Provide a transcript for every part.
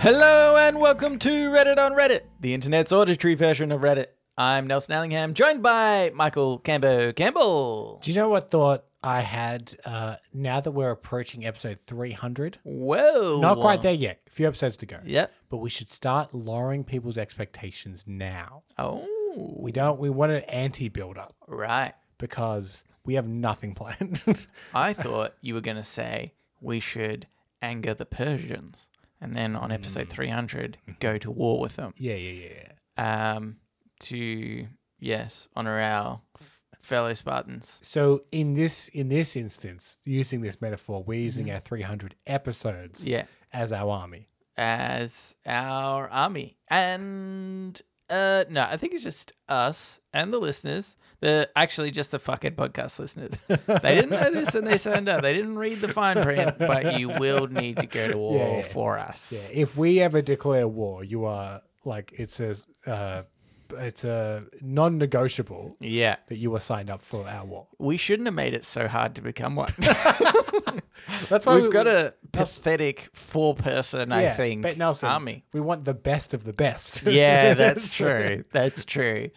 Hello and welcome to Reddit on Reddit, the internet's auditory version of Reddit. I'm Nelson Allingham, joined by Michael Cambo Campbell. Do you know what thought I had uh, now that we're approaching episode 300? Whoa. Not quite there yet. A few episodes to go. Yep. But we should start lowering people's expectations now. Oh, We don't, we want an anti build up right. because we have nothing planned. I thought you were going to say we should anger the Persians and then on episode 300 go to war with them. yeah, yeah, yeah. yeah. Um, to, yes, honor our f- fellow Spartans. So in this in this instance, using this metaphor, we're using our 300 episodes Yeah. as our army. as our army. And uh no, I think it's just us and the listeners. The actually just the fucking podcast listeners. They didn't know this and they signed up. They didn't read the fine print, but you will need to go to war Yeah, yeah. for us. If we ever declare war, you are like it's a uh, it's a non-negotiable Yeah. that you were signed up for our war. We shouldn't have made it so hard to become one. That's why We've got a pathetic four person, I think, But Nelson, army. we want the best of the best. yeah, that's true. That's true.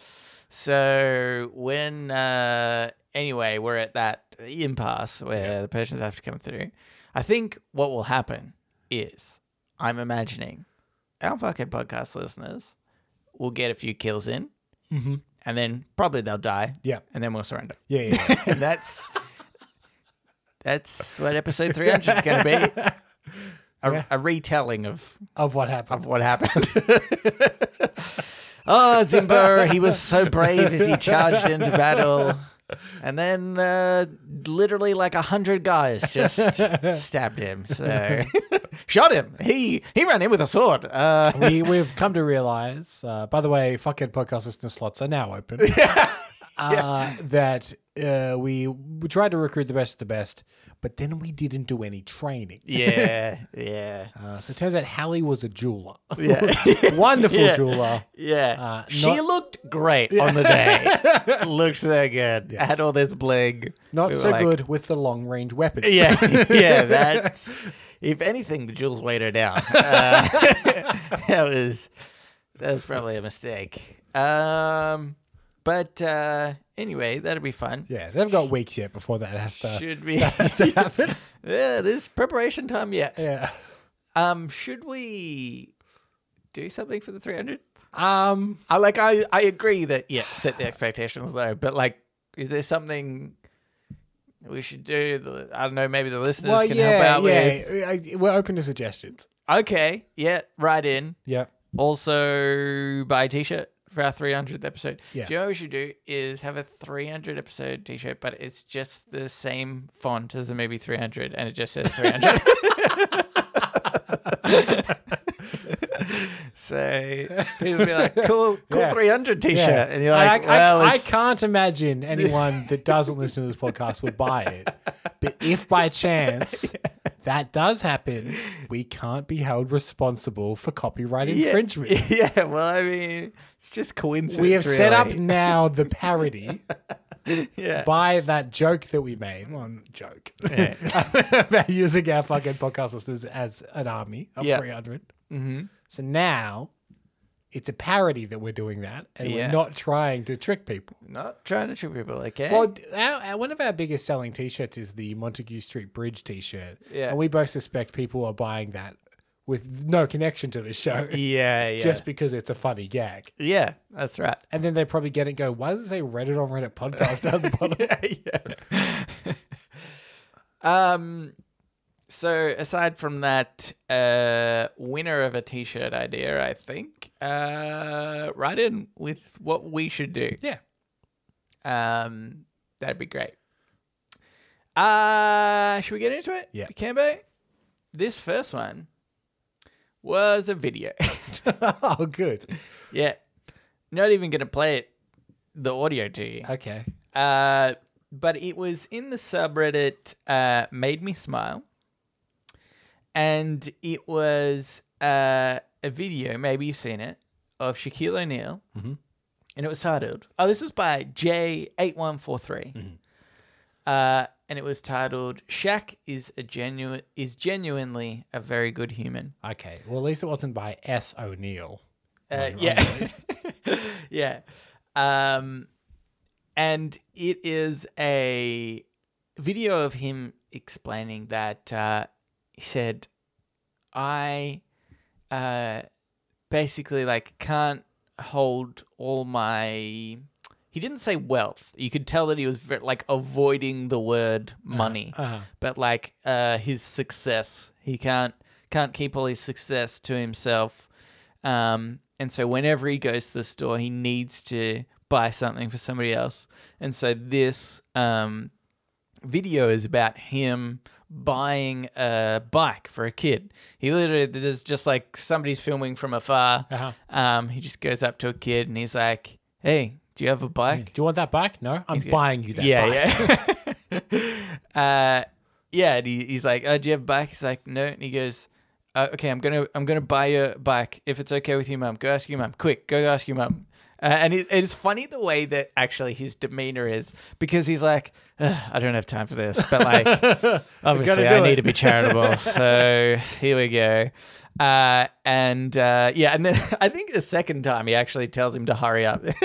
So when uh anyway, we're at that impasse where the Persians have to come through. I think what will happen is I'm imagining our fucking podcast listeners will get a few kills in hmm and then probably they'll die. Yeah. And then we'll surrender. Yeah, yeah, yeah. And that's that's what episode 300 is going to be. A, a retelling of of what of happened. what happened. oh, Zimbo, he was so brave as he charged into battle. And then uh, literally like a hundred guys just stabbed him. So shot him. He he ran in with a sword. Uh, we, we've come to realize, uh, by the way, fuckhead podcast listener slots are now open. Uh, that uh, we, we tried to recruit the best of the best, but then we didn't do any training. yeah, yeah, Uh, so it turns out Hallie was a jeweler. yeah, Wonderful Yeah. jeweler. yeah. Uh, she not- looked great on the day. looked so good. Yes. Had all this bling. Not We were so like, good with the long range weapons. Yeah, yeah. That, if anything, the jewels weighed her down. Uh, that was that was probably a mistake. Um, but uh, anyway, that'll be fun. Yeah, they've got weeks yet before that has to, Should we? has to happen. yeah, this preparation time yet. Yeah. Um, should we do something for the three hundred? Um, I like. I I agree that yeah, set the expectations low. But like, is there something? We should do. The, I don't know. Maybe the listeners well, can yeah, help out yeah. with. I- We're open to suggestions. Okay. Yeah. Right in. Yeah. Also, buy a t-shirt for our 300th episode. Yeah. Do you know what we should do? Is have a 300 episode t-shirt, but it's just the same font as the movie 300, and it just says 300. so people be like, "Cool, cool Yeah. 300 t-shirt," Yeah. and you're like, I, I- "Well, I, it's- can't imagine anyone that doesn't listen to this podcast would buy it. But if by chance that does happen, we can't be held responsible for copyright yeah, infringement. Yeah, well, I mean, it's just coincidence. We have set up really. now the parody yeah. by that joke that we made. Well, not joke. about using our fucking podcast listeners as an army of Yeah. 300. Mm-hmm. So now it's a parody that we're doing that and Yeah. we're not trying to trick people. Not trying to trick people, okay? Well, d- our, our, one of our biggest selling t shirts is the Montague Street Bridge t shirt. Yeah. And we both suspect people are buying that with no connection to the show yeah, yeah. just because it's a funny gag. yeah, that's right. And then they probably get it and go, why does it say Reddit on Reddit podcast down the bottom? Um, so aside from that, uh, winner of a t-shirt idea, I think, uh, write in with what we should do. yeah. Um, that'd be great. Uh, should we get into it? Yeah. Cambo, this first one was a video. oh, good. yeah. Not even going to play it, the audio to you. Okay. Uh, but it was in the subreddit uh, made me smile and it was uh, a video maybe you've seen it of shaquille o'neal and it was titled oh this is by j8143 uh, and it was titled "Shaq is a genuine is genuinely a very good human." Okay. Well, at least it wasn't by S. O'Neill. Uh, Right, yeah, yeah, um, and it is a video of him explaining that uh, he said, "I uh, basically like can't hold all my." He didn't say wealth. You could tell that he was very, like avoiding the word money Uh-huh. but like uh, his success, he can't can't keep all his success to himself. Um, and so whenever he goes to the store, he needs to buy something for somebody else. And so this um, video is about him buying a bike for a kid. He literally there's just like somebody's filming from afar. Uh-huh. Um, he just goes up to a kid and he's like, "Hey, do you have a bike?" Do you want that bike? No, I'm buying you that yeah, bike. yeah. uh, yeah, and he, he's like, "Oh, do you have a bike?" He's like, "No," and he goes, uh, "Okay, I'm gonna I'm gonna buy you a bike if it's okay with you, mum. Go ask your mum, quick. Go ask your mum." Uh, and it, it's funny the way that actually his demeanor is because he's like, "Ugh, I don't have time for this, but like, obviously do I need it. to be charitable. so here we go. Uh, and uh, yeah, and then I think the second time he actually tells him to hurry up.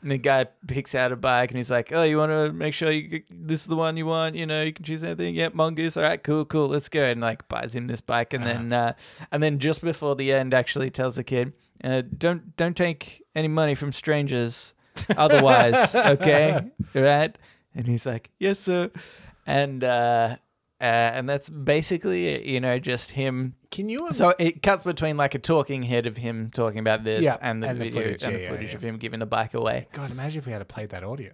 and the guy picks out a bike and he's like, "Oh, you want to make sure you get, this is the one you want? You know, you can choose anything. Yep, mongoose. All right, cool, cool. Let's go." And like buys him this bike, Uh-huh. and then uh, and then just before the end, actually tells the kid, uh, "Don't don't take any money from strangers, otherwise, okay, All right?" And he's like, "Yes, sir." And uh, uh, and that's basically it. You know, just him Can you? im- so it cuts between like a talking head of him talking about this Yeah, and the and the video footage, and yeah, the yeah, footage yeah. of him giving the bike away. God, imagine if we had played that audio.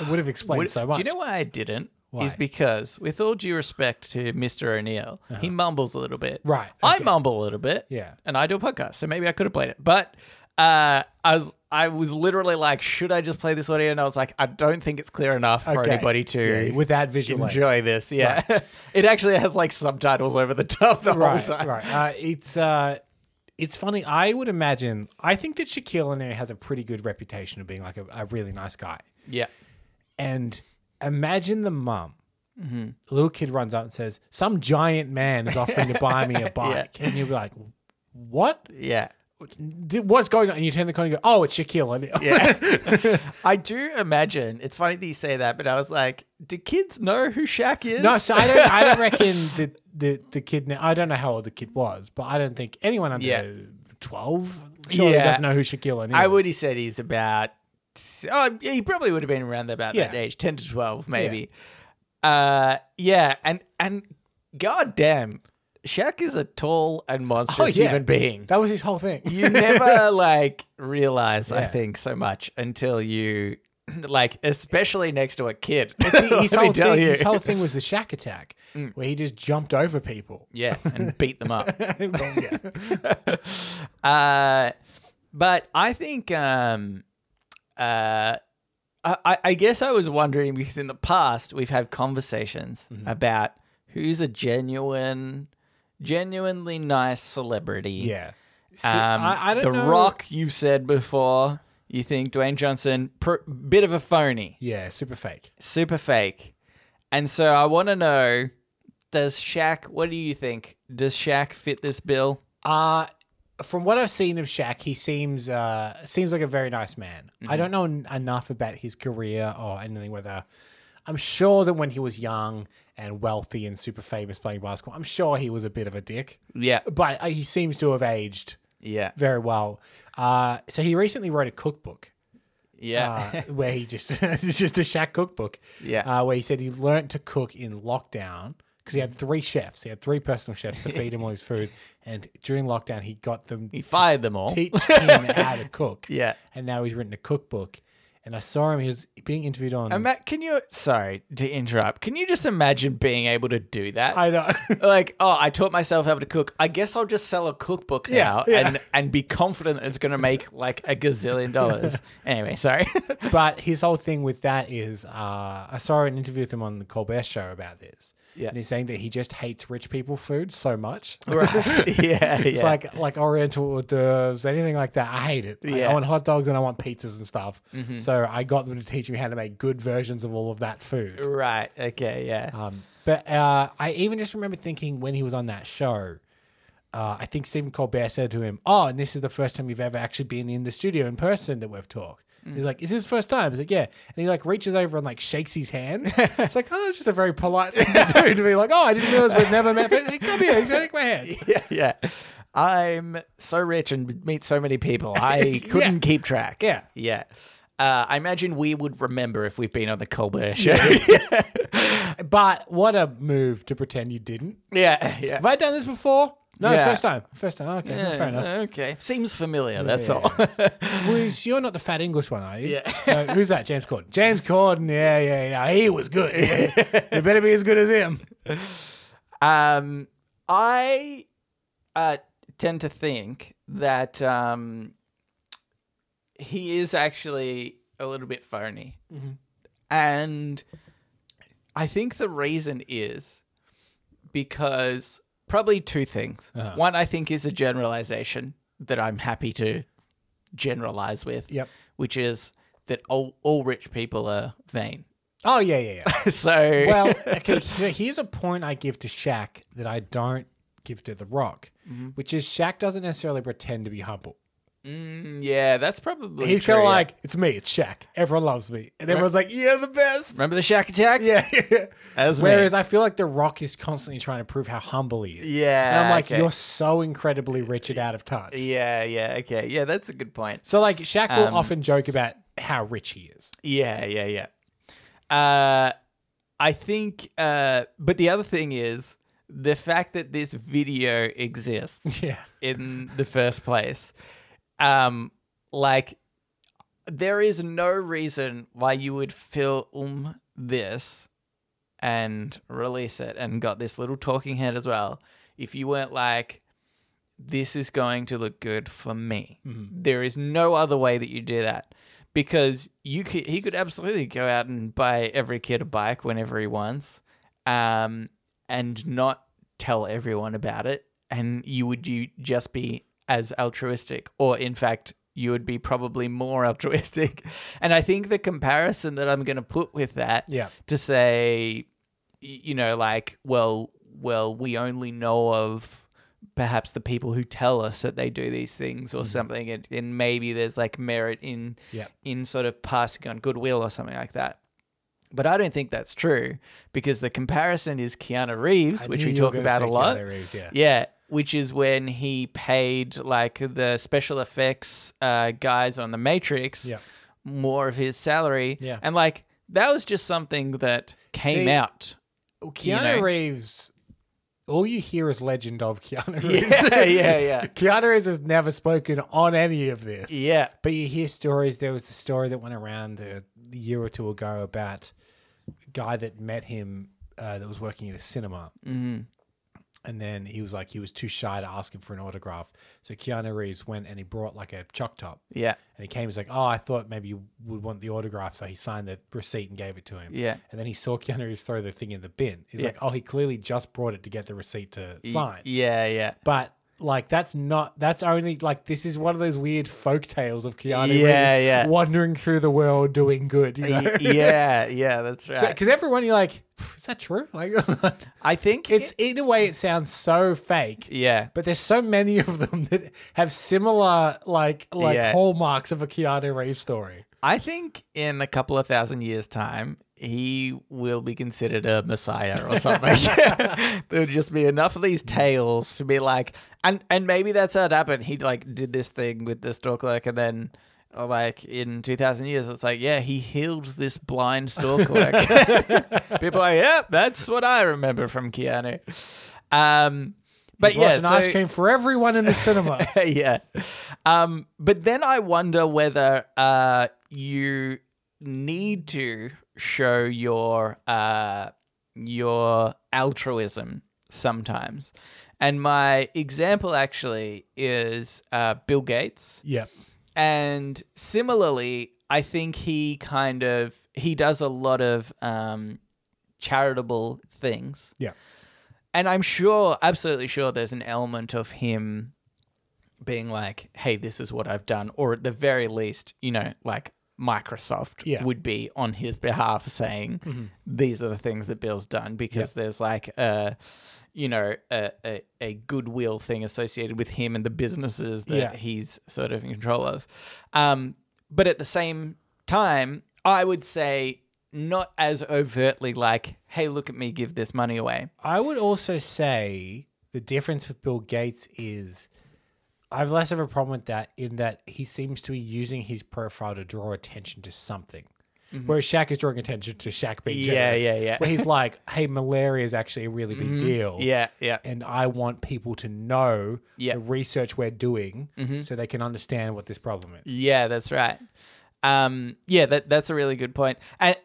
It would have explained Would- so much. Do you know why I didn't? Why? Is because with all due respect to Mr. O'Neill, he mumbles a little bit. Uh-huh. Right, I okay. mumble a little bit. Yeah. And I do a podcast, so maybe I could have played it. But uh, I was I was literally like, should I just play this audio? And I was like, I don't think it's clear enough for Okay. anybody to Yeah, with that visual aid. enjoy this. Yeah. it actually has like subtitles over the top the whole right, time. right. Uh, it's uh, it's funny. I would imagine. I think that Shaquille O'Neal has a pretty good reputation of being like a, a really nice guy. Yeah. And imagine the mum. The little kid runs up and says, "Some giant man is offering to buy me a bike," and you'll be like, "What? Yeah. Did- What's going on?" And you turn the corner and go, "Oh, it's Shaquille O'Neal." Yeah. I do imagine. It's funny that you say that, but I was like, do kids know who Shaq is? No, so I don't. I don't reckon the the the kid. now- I don't know how old the kid was, but I don't think anyone under Yeah. twelve surely Yeah. doesn't know who Shaquille O'Neal. I would Is. have said he's about, oh, he probably would have been around about that Yeah. age, 10 to 12, maybe. Uh, yeah. And, and goddamn, Shaq is a tall and monstrous Oh, yeah. human being. That was his whole thing. You never like realize, I Yeah. think, so much until you, like, especially next to a kid. his, Let me whole tell thing, you. his whole thing was the Shaq attack, where he just jumped over people. yeah, and beat them up. Mm. yeah. Uh, but I think um, uh, I- I, I guess I was wondering because in the past we've had conversations Mm-hmm. about who's a genuine, genuinely nice celebrity. See, Um, I, I the don't know. Rock, you've said before. You think Dwayne Johnson, pr- bit of a phony, Yeah, super fake. super fake. And so I want to know does Shaq, what do you think? Does Shaq fit this bill? Uh from what I've seen of Shaq, he seems uh seems like a very nice man. I don't know en- enough about his career or anything whether I'm sure that when he was young and wealthy and super famous playing basketball, I'm sure he was a bit of a dick. Yeah. But uh, he seems to have aged Yeah. very well. Uh, so he recently wrote a cookbook Yeah. uh, where he just it's just a Shaq cookbook. Yeah. uh, where he said he learnt to cook in lockdown because he had three chefs. He had three personal chefs to feed him all his food, and during lockdown he got them He fired them all. teach him how to cook. Yeah. and now he's written a cookbook. And I saw him; he was being interviewed on. Ima- can you? Sorry to interrupt. Can you just imagine being able to do that? I know. like, oh, I taught myself how to cook. I guess I'll just sell a cookbook now yeah. and and be confident it's going to make like a gazillion dollars. anyway, sorry. but his whole thing with that is, uh, I saw an interview with him on the Colbert Show about this, Yeah. and he's saying that he just hates rich people food so much. Right. yeah. It's yeah. like like Oriental hors d'oeuvres, anything like that. I hate it. Like, Yeah. Mm-hmm. I want hot dogs and I want pizzas and stuff. So I got them to teach me how to make good versions of all of that food. right. Okay. Yeah. Um, but uh, I even just remember thinking when he was on that show, uh, I think Stephen Colbert said to him, "Oh, and this is the first time you've ever actually been in the studio in person that we've talked." Mm. He's like, "Is this his first time?" He's like, "Yeah," and he like reaches over and like shakes his hand. it's like, oh, that's just a very polite thing to do to be like, "Oh, I didn't realize we've never met." But, Come here, shake my hand. yeah. Yeah. I'm so rich and meet so many people. I couldn't keep track. Yeah. Yeah. Uh, I imagine we would remember if we've been on the Colbert show. But what a move to pretend you didn't. yeah. Yeah. Have I done this before? No, Yeah. first time. First time. Okay, well, fair enough. Okay. Seems familiar. That's Yeah. all. Who's, you're not the fat English one, are you? Yeah. No, who's that? James Corden. James Corden. Yeah, yeah, yeah. He was good. you better be as good as him. Um, I uh, tend to think that um, he is actually a little bit phony. Mm-hmm. And I think the reason is because probably two things. Uh-huh. One, I think, is a generalization that I'm happy to generalize with, Yep. which is that all, all rich people are vain. Oh yeah, yeah, yeah. so, Well, okay. so here's a point I give to Shaq that I don't give to The Rock, Mm-hmm. which is Shaq doesn't necessarily pretend to be humble. mm, yeah, that's probably He's true, kind of yeah. like, "It's me. It's Shaq. Everyone loves me," and everyone's like, "Yeah, the best." Remember the shack attack? Yeah. That was me. Whereas I feel like The Rock is constantly trying to prove how humble he is. Yeah. And I'm like, okay. you're so incredibly rich and out of touch. Yeah, Um, yeah, okay. Yeah, that's a good point. So like Shaq will often joke about how rich he is. Yeah, yeah, yeah. Uh I think uh but the other thing is the fact that this video exists Yeah. in the first place. Um like there is no reason why you would film this and release it and got this little talking head as well if you weren't like this is going to look good for me There is no other way that you do that because you could he could absolutely go out and buy every kid a bike whenever he wants um, and not tell everyone about it and you would you just be as altruistic or in fact you would be probably more altruistic and i think the comparison that i'm going to put with that Yeah. to say y- you know like well well we only know of perhaps the people who tell us that they do these things Mm-hmm. or something and, and maybe there's like merit in Yep. in sort of passing on goodwill or something like that but I don't think that's true because the comparison is Keanu Reeves, which knew we you were talk gonna about a say lot. Keanu Reeves, yeah. which is when he paid like the special effects uh, guys on The Matrix Yeah. more of his salary. Yeah. And like that was just something that came See- out. Keanu You know. Reeves all you hear is legend of Keanu Reeves. yeah, yeah, yeah. Keanu Reeves has never spoken on any of this. Yeah. But you hear stories. There was a story that went around a year or two ago about a guy that met him uh, that was working at a cinema. Mm-hmm. And then he was like, he was too shy to ask him for an autograph. So Keanu Reeves went and he brought like a chalk top. Yeah. And he came, he's like, oh, I thought maybe you would want the autograph. So he signed the receipt and gave it to him. Yeah. And then he saw Keanu Reeves throw the thing in the bin. He's like, oh, he clearly just brought it to get the receipt to sign. Yeah, yeah. But like that's not that's only like this is one of those weird folk tales of Yeah, Keanu Reeves yeah. wandering through the world doing good. You know? Y- yeah, yeah, that's right. Because everyone, you're like, "Pff, is that true? Like, I think it's in a way, it sounds so fake. yeah. But there's so many of them that have similar, like, like Yeah. hallmarks of a Keanu Reeves story. I think in a couple of thousand years' time, he will be considered a messiah or something. There'll just be enough of these tales to be like, and and maybe that's how it happened. He like did this thing with the store clerk, and then uh, like in two thousand years, it's like, yeah, he healed this blind store clerk. People are like, yeah, that's what I remember from Keanu. Um, but Brought yeah, an so- ice cream for everyone in the cinema. yeah. Um, but then I wonder whether uh, you need to show your uh, your altruism sometimes. And my example actually is uh, Bill Gates. yep. And similarly, I think he kind of he does a lot of um, charitable things. Yeah. And I'm sure, absolutely sure, there's an element of him being like, hey, this is what I've done. Or at the very least, you know, like Microsoft Yeah. Mm-hmm. would be on his behalf saying, these are the things that Bill's done because there's like a, you know, a, a, a goodwill thing associated with him and the businesses that Yeah. he's sort of in control of. Um, but at the same time, I would say not as overtly like, hey, look at me give this money away. I would also say the difference with Bill Gates is I have less of a problem with that in that he seems to be using his profile to draw attention to something. Whereas Shaq is drawing attention to Shaq being Mm-hmm. Yeah, generous. yeah, yeah. Where he's like, hey, malaria is actually a really big deal. Yeah, yeah. And I want people to know Yeah. Mm-hmm. the research we're doing so they can understand what this problem is. Yeah, that's right. Um, yeah, that that's a really good point. And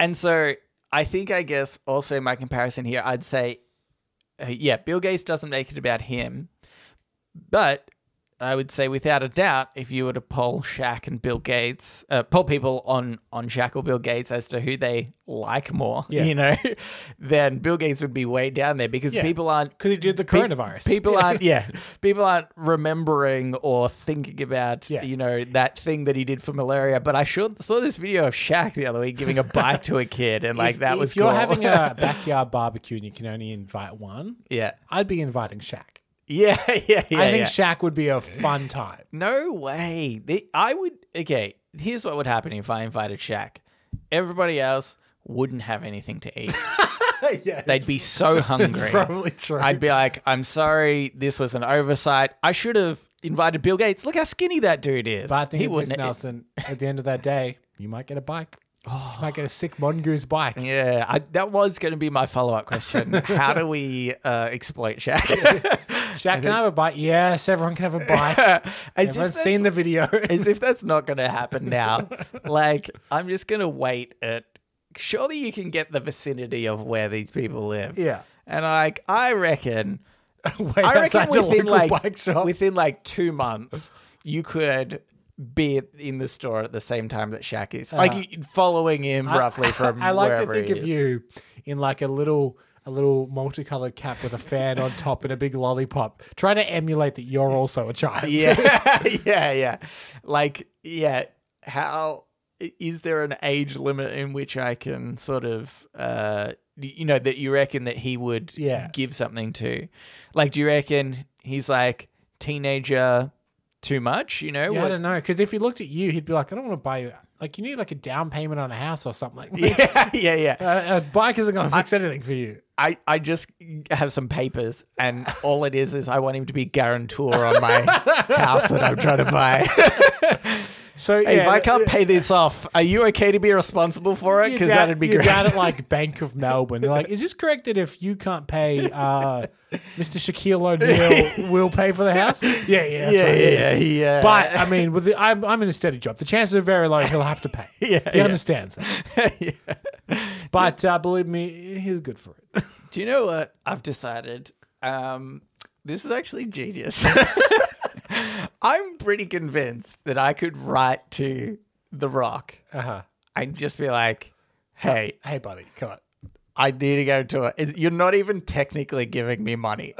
and so I think I guess also my comparison here, I'd say, uh, yeah, Bill Gates doesn't make it about him, but I would say without a doubt, if you were to poll Shaq and Bill Gates, uh, poll people on on Shaq or Bill Gates as to who they like more, Yeah. you know, then Bill Gates would be way down there because Yeah. people aren't Because he did the Pe- coronavirus. People aren't, yeah. yeah, people aren't remembering or thinking about, Yeah. you know, that thing that he did for malaria. But I sure saw this video of Shaq the other week giving a bike to a kid, and like if, that if was you're cool. having a backyard barbecue and you can only invite one, yeah, I'd be inviting Shaq. yeah, yeah, yeah. I think yeah. Shaq would be a fun time. no way. The- I would. Okay, here's what would happen if I invited Shaq. Everybody else wouldn't have anything to eat. yeah, They'd be so hungry. true. I'd be like, I'm sorry, this was an oversight. I should have invited Bill Gates. Look how skinny that dude is. but I think with Miss wouldn't- Nelson, at the end of that day, you might get a bike. Oh. You might get a sick mongoose bike. Yeah, I, that was going to be my follow up question. How do we uh, exploit Shaq? Shaq can I have a bike. Yes, everyone can have a bike. as, if Everyone's that's, seen the video. as if that's not going to happen now. like, I'm just going to wait at. Surely you can get the vicinity of where these people live. Yeah. And like, I reckon, Way I outside reckon the within local like bike shop. within like two months, you could be in the store at the same time that Shaq is. Like you, following him roughly from Uh-huh. I like to wherever think he of is. you in like a little a little multicolored cap with a fan on top and a big lollipop, trying to emulate that you're also a child. Yeah, yeah, yeah. Like, yeah. How i- is there an age limit in which I can sort of, uh, y- you know, that you reckon that he would Yeah. give something to? Like, do you reckon he's like teenager too much? You know, Yeah, I what- don't know. Because if he looked at you, he'd be like, I don't want to buy you. Like, you need like a down payment on a house or something like that. yeah, yeah, yeah. Uh, A, a bike isn't going to fix anything for you. I, I just have some papers, and all it is is I want him to be guarantor on my house that I'm trying to buy. So Hey, if yeah, I can't pay this off, are you okay to be responsible for it? your Because dad- that'd be your great. dad at like Bank of Melbourne. They're like, is this correct that if you can't pay, uh, Mr. Shaquille O'Neal will pay for the house? Yeah, yeah, uh, that's yeah, right. yeah, yeah, yeah. But I mean, with the, I'm, I'm in a steady job. The chances are very low he'll have to pay. Yeah, he yeah. understands that. But uh, believe me, he's good for it. do you know what I've decided? Um, this is actually genius. I'm pretty convinced that I could write to The Rock Uh-huh. and just be like, "Hey, Hey, buddy, come on. I need to go to it." It's, you're not even technically giving me money.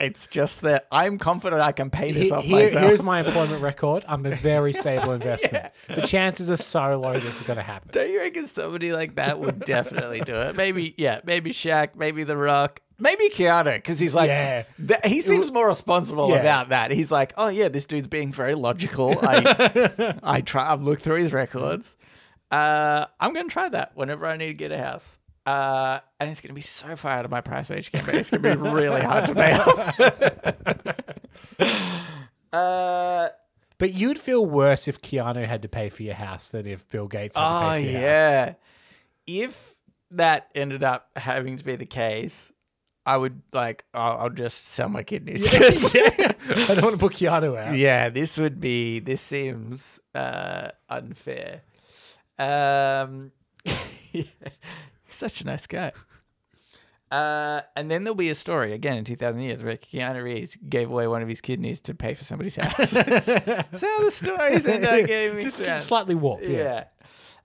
It's just that I'm confident I can pay this He- off here- myself. Here's my employment record. I'm a very stable investment. The chances are so low this is going to happen. Don't you reckon somebody like that would definitely do it? Maybe, yeah, maybe Shaq, maybe The Rock, maybe Keanu, because he's like, Yeah. th- he seems more responsible Yeah. about that. He's like, oh yeah, this dude's being very logical. I, I try, I've looked through his records. Uh, I'm gonna try that whenever I need to get a house. Uh, and it's gonna be so far out of my price range, but it's gonna be really hard to pay off. uh, But you'd feel worse if Keanu had to pay for your house than if Bill Gates had to Oh pay for your house. yeah. If that ended up having to be the case, I would like I'll, I'll just sell my kidneys. yeah. I don't want to book Keanu out. this would be this seems uh unfair. Um yeah. such a nice guy. Uh, and then there'll be a story again in 2000 years where Keanu Reeves gave away one of his kidneys to pay for somebody's house. so the stories end up getting Just mixed around. slightly warped. Yeah. Yeah.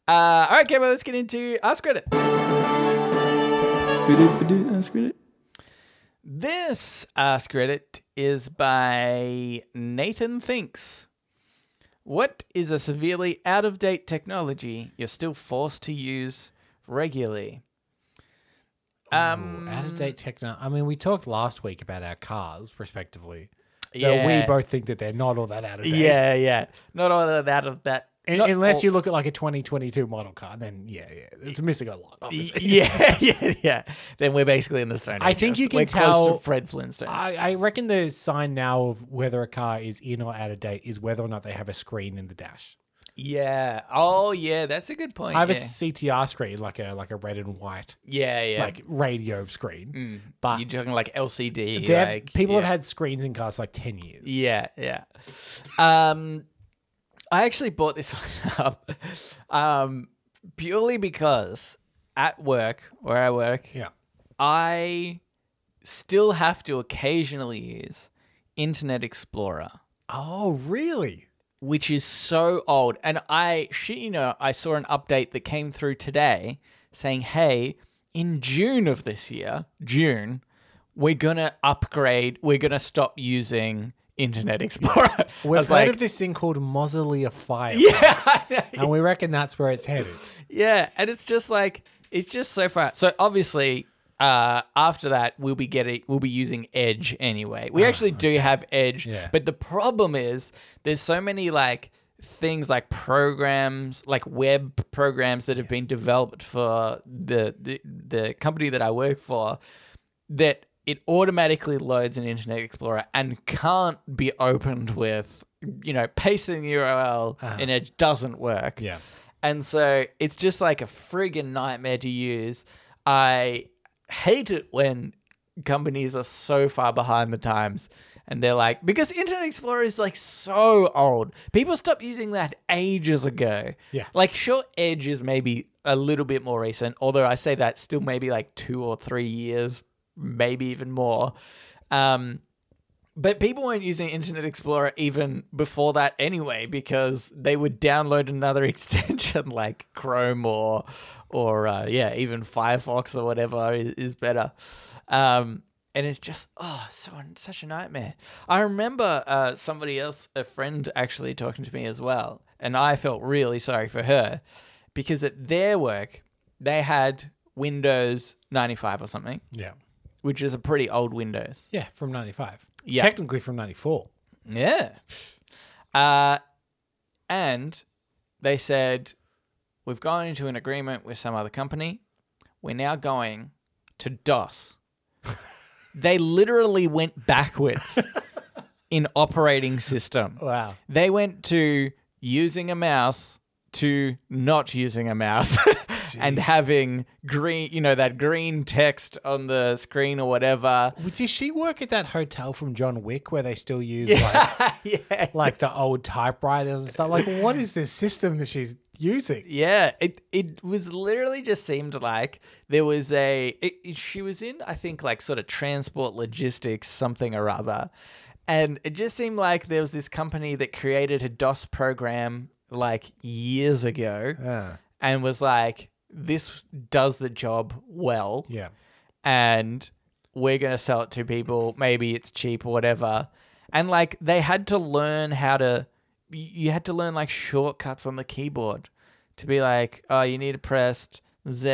Uh, all right, Camo, let's get into Ask Reddit. Ba-do-ba-do, Ask Reddit. This Ask Reddit is by Nathan Thinks. What is a severely out of date technology you're still forced to use regularly? Um, Out of date techno. I mean, we talked last week about our cars, respectively. Yeah. Yeah. we both think that they're not all that out of date. yeah, yeah. Not all of that of that. Un- not unless all- you look at like a 2022 model car, then yeah, yeah, it's missing a lot. Y- Obviously. yeah, yeah, yeah. Then we're basically in the Stone Age. I think yes. you can we're close tell- to Fred Flintstones. I, I reckon the sign now of whether a car is in or out of date is whether or not they have a screen in the dash. yeah. Oh, yeah. That's a good point. I have yeah. a CTR screen, like a like a red and white yeah, yeah. like radio screen. but You're talking like LCD. They have- like, people yeah. have had screens in cars for, like ten years. Yeah, yeah. Um, I actually bought this one up um, purely because at work, where I work, Yeah. I still have to occasionally use Internet Explorer, Oh, really? which is so old. And I, shit, you know, I saw an update that came through today saying, hey, in June of this year, June, we're going to upgrade, we're going to stop using Internet Explorer. I We've was heard of this thing called mausolea fire, Yeah, I know. and we reckon that's where it's headed. yeah, and it's just like it's just so far. So obviously, uh, after that, we'll be getting we'll be using Edge anyway. We actually do have Edge, Ah, Yeah. but the problem is there's so many like things like programs, like web programs that have been developed for the the, the company that I work for that. It automatically loads an Internet Explorer and can't be opened with, you know, pasting the URL in Edge doesn't work. Ah. Yeah. And so it's just like a friggin' nightmare to use. I hate it when companies are so far behind the times and they're like, because Internet Explorer is like so old. People stopped using that ages ago. Yeah. Like, sure, Edge is maybe a little bit more recent, although I say that still maybe like two or three years, maybe even more. Um, but people weren't using Internet Explorer even before that anyway, because they would download another extension like Chrome or, or uh, yeah, even Firefox or whatever is, is better. Um, and it's just oh, so such a nightmare. I remember uh, somebody else, a friend, actually talking to me as well, and I felt really sorry for her because at their work they had Windows ninety five or something, Yeah. which is a pretty old Windows. Yeah, from 95. Yeah. Technically from 94. Yeah. Uh, and they said, we've gone into an agreement with some other company. We're now going to DOS. they literally went backwards in operating system. Wow. They went to using a mouse to not using a mouse and having green, you know, that green text on the screen or whatever. Did she work at that hotel from John Wick where they still use yeah. like, like the old typewriters and stuff? Like, what is this system that she's using? Yeah, it it was literally just seemed like there was a it, it- she was in I think like sort of transport logistics something or other, and it just seemed like there was this company that created a DOS program like years ago Uh, and was like this does the job well yeah. and we're going to sell it to people. Maybe it's cheap or whatever. And like they had to learn how to, you had to learn like shortcuts on the keyboard to be like, oh, you need to press Z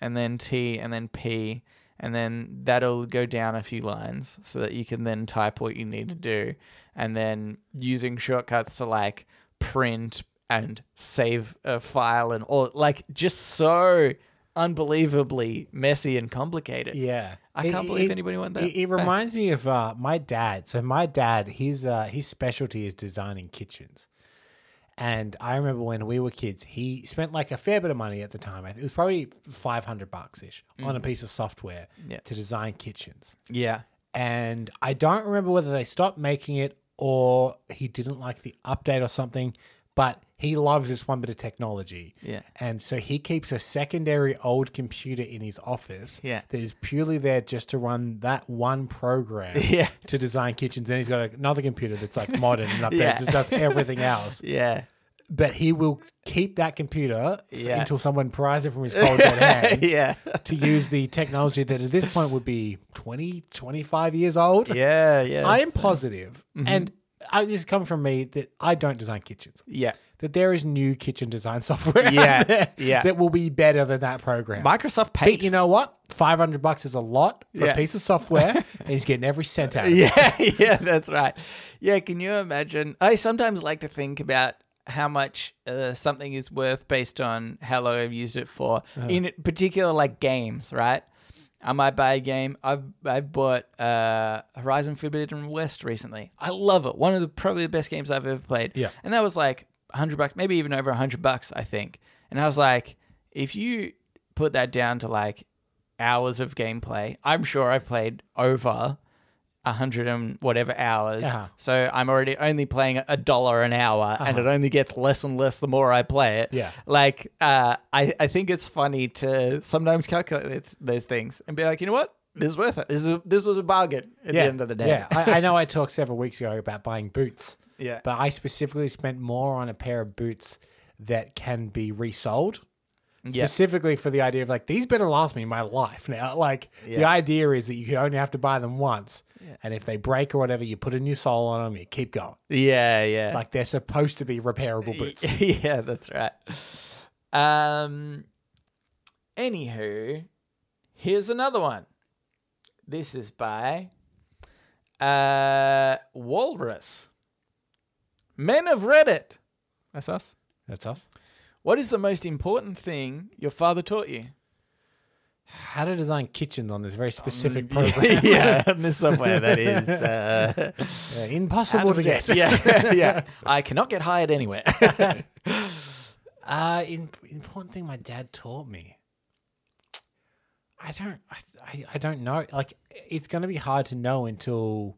and then T and then P. And then that'll go down a few lines so that you can then type what you need to do. And then using shortcuts to like print and save a file and all like just so unbelievably messy and complicated. Yeah. I can't believe anybody went that It, it back. reminds me of uh, my dad. So my dad, his uh, his specialty is designing kitchens. And I remember when we were kids, he spent like a fair bit of money at the time. I think It was probably 500 bucks ish on a piece of software Yeah. to design kitchens. Yeah. and I don't remember whether they stopped making it or he didn't like the update or something. But he loves this one bit of technology. Yeah. And so he keeps a secondary old computer in his office Yeah. that is purely there just to run that one program Yeah. to design kitchens. Then he's got another computer that's like modern and updated Yeah. that does everything else. Yeah. but he will keep that computer f- Yeah. until someone pries it from his cold dead hands yeah. to use the technology that at this point would be 20, 25 years old. Yeah, yeah. I am positive, Mm-hmm. and I, this comes from me that I don't design kitchens. yeah. That there is new kitchen design software out Yeah, there yeah. that will be better than that program. Microsoft But Paint. you know what? Five hundred bucks is a lot for Yeah. a piece of software, and he's getting every cent out. of it. yeah, yeah, that's right. Yeah, can you imagine? I sometimes like to think about how much uh, something is worth based on how long I've used it for. Uh-huh. In particular, like games, right? I might buy a game. I've I've bought uh, Horizon Forbidden West recently. I love it. One of the probably the best games I've ever played. Yeah. and that was like hundred bucks, maybe even over hundred bucks, I think. And I was like, if you put that down to like hours of gameplay, I'm sure I've played over a hundred and whatever hours. Uh-huh. So I'm already only playing a dollar an hour, and Uh-huh. it only gets less and less the more I play it. Yeah. Like, uh, I I think it's funny to sometimes calculate th- those things and be like, you know what, this is worth it. This is a, this was a bargain at the end of the day. Yeah, I, I know I talked several weeks ago about buying boots. Yeah. But I specifically spent more on a pair of boots that can be resold. Yeah. Specifically for the idea of like these better last me my life now. Like the idea is that you only have to buy them once, and if they break or whatever, you put a new sole on them, you keep going. yeah, yeah. Like they're supposed to be repairable boots. yeah, that's right. Um, anywho, here's another one. This is by uh, Walrus. Men of Reddit. That's us. That's us. What is the most important thing your father taught you? How to design kitchens on this very specific program? Um, yeah, in this software that is uh, Yeah, impossible to get. Yeah, yeah. I cannot get hired anywhere. Uh, in, important thing my dad taught me. I don't, I, I, I don't know. Like, it's going to be hard to know until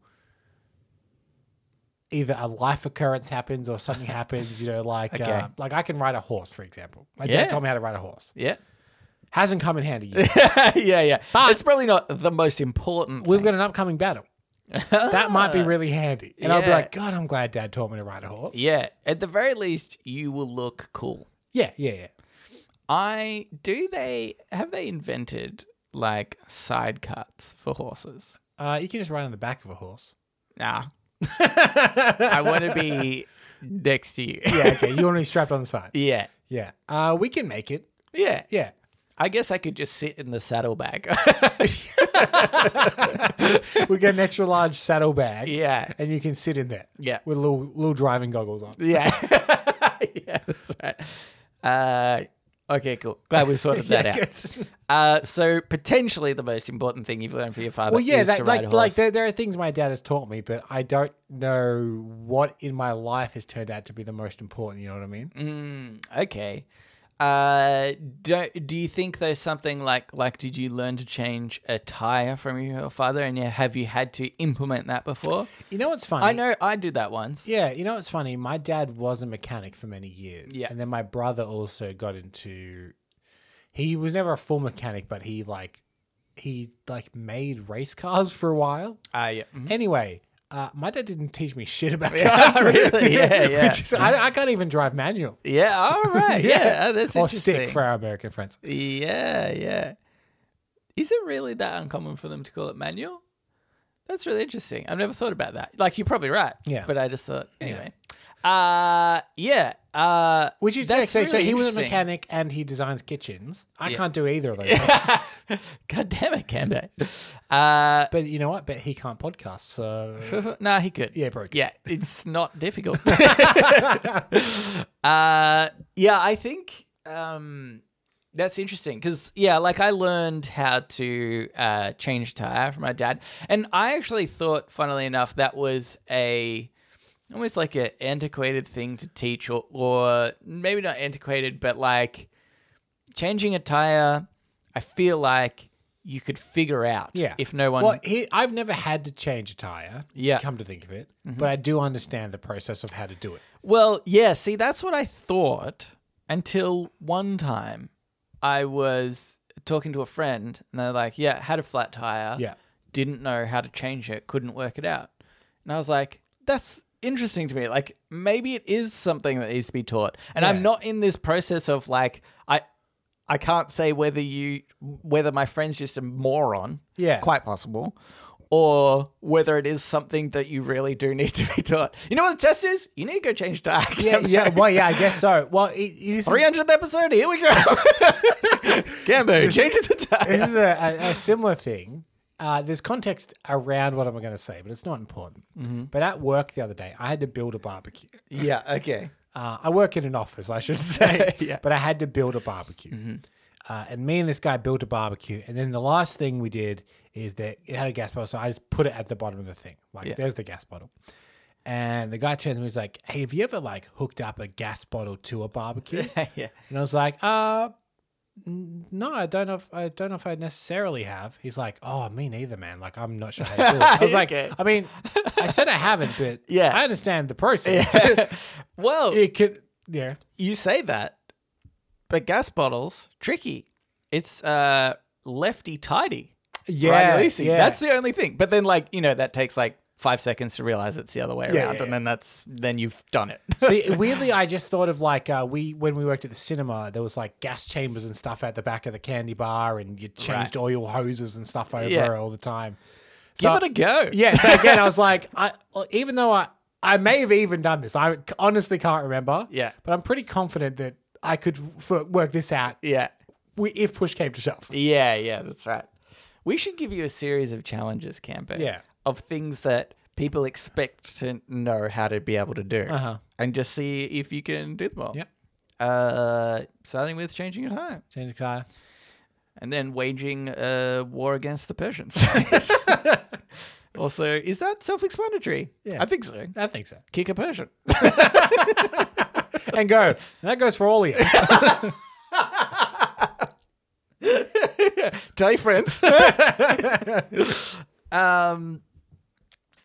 either a life occurrence happens or something happens. You know, like, Okay. uh, like I can ride a horse, for example. My Yeah. dad taught me how to ride a horse. yeah. Hasn't come in handy yet. yeah, yeah. But- it's probably not the most important. We've got an upcoming battle. That might be really handy. And I'll be Yeah. like, God, I'm glad dad taught me to ride a horse. Yeah, at the very least, you will look cool. Yeah, yeah, yeah. I do they have they invented like side cuts for horses? Uh, you can just ride on the back of a horse. Nah, I want to be next to you. Yeah, okay. You want to be strapped on the side. yeah, Yeah. Uh, we can make it. yeah. Yeah. I guess I could just sit in the saddlebag. We get an extra large saddlebag. yeah, And you can sit in there. Yeah. With little little driving goggles on. yeah, yeah. That's right. Uh, okay, cool. Glad we sorted that out. Uh, so potentially the most important thing you've learned from your father. Well, yeah, is to that, ride a like, horse. like there, there are things my dad has taught me, but I don't know what in my life has turned out to be the most important. You know what I mean? Mm. Okay. Uh, do, do you think there's something like like did you learn to change a tire from your father and you, have you had to implement that before? You know what's funny? I know I did that once. Yeah, you know what's funny? My dad was a mechanic for many years. Yeah. And then my brother also got into he was never a full mechanic, but he like he like made race cars for a while. Ah, yeah. Mhm. Anyway, uh, my dad didn't teach me shit about Yeah, cars. really? Yeah, yeah. Which is, I, I can't even drive manual Yeah. All right. yeah. That's or interesting. stick for our American friends. yeah. Yeah. Is it really that uncommon for them to call it manual? That's really interesting. I've never thought about that. Like you're probably right. Yeah. But I just thought anyway. Uh yeah. Uh Which is That's so, so really he was a interesting. mechanic and he designs kitchens. I Yeah. can't do either of those. things. God damn it, Cambo. Uh, But you know what? But he can't podcast, so nah, he could. yeah, bro. Yeah, it's not difficult. uh, yeah, I think um, that's interesting because yeah, like I learned how to uh, change tire from my dad, and I actually thought, funnily enough, that was a almost like an antiquated thing to teach, or, or maybe not antiquated, but like changing a tire. I feel like you could figure out Yeah. if no one Well, he, I've never had to change a tire. Yeah. Mm-hmm. Come to think of it, but I do understand the process of how to do it. Well, yeah, see, that's what I thought until one time I was talking to a friend and they're like, yeah, had a flat tire, Yeah. didn't know how to change it, couldn't work it out. And I was like, that's interesting to me. Like maybe it is something that needs to be taught, and Yeah. I'm not in this process of like I. I can't say whether you whether my friend's just a moron. Yeah. quite possible, or whether it is something that you really do need to be taught. You know what the test is? You need to go change tack. Yeah, yeah, well, yeah, I guess so. Well, it, it is, 300th episode. Here we go. Gambo changes the tack. this is a, a, a similar thing. Uh, there's context around what I'm going to say, but it's not important. But at work the other day, I had to build a barbecue. Yeah. Okay. Uh, I work in an office, I should say, Yeah. Mm-hmm. but I had to build a barbecue. Uh, and me and this guy built a barbecue. And then the last thing we did is that it had a gas bottle. So I just put it at the bottom of the thing. Like, Yeah. there's the gas bottle. And the guy turns to me and was like, Hey, have you ever like hooked up a gas bottle to a barbecue? yeah. And I was like, uh, n- no, I don't know. If, I don't know if I necessarily have. He's like, oh, me neither, man. Like, I'm not sure how to do it. I was like, Okay. I mean, I said I haven't, but Yeah. I understand the process. Well, It could, yeah, you say that, but gas bottles tricky. It's uh lefty tidy. yeah, right, loosey. yeah. That's the only thing. But then, like you know, that takes like five seconds to realize it's the other way Yeah, around, yeah, and then that's then you've done it. See, weirdly, I just thought of like uh, we when we worked at the cinema, there was like gas chambers and stuff at the back of the candy bar, and you changed all your hoses and stuff over Yeah. all the time. Give So- it a go. Yeah. So again, I was like, I even though I I may have even done this, I honestly can't remember. Yeah. But I'm pretty confident that I could f- work this out yeah, wi- if push came to shove. yeah, yeah. That's right. We should give you a series of challenges, Camper. Yeah. of things that people expect to know how to be able to do, Uh-huh. and just see if you can do them all. Yep. Uh, starting with changing your time. Change the car. and then waging a war against the Persians. also, is that self-explanatory? Yeah. I think so. I think so. Kick a Persian. And go. And that goes for all of you. Tell your friends. um,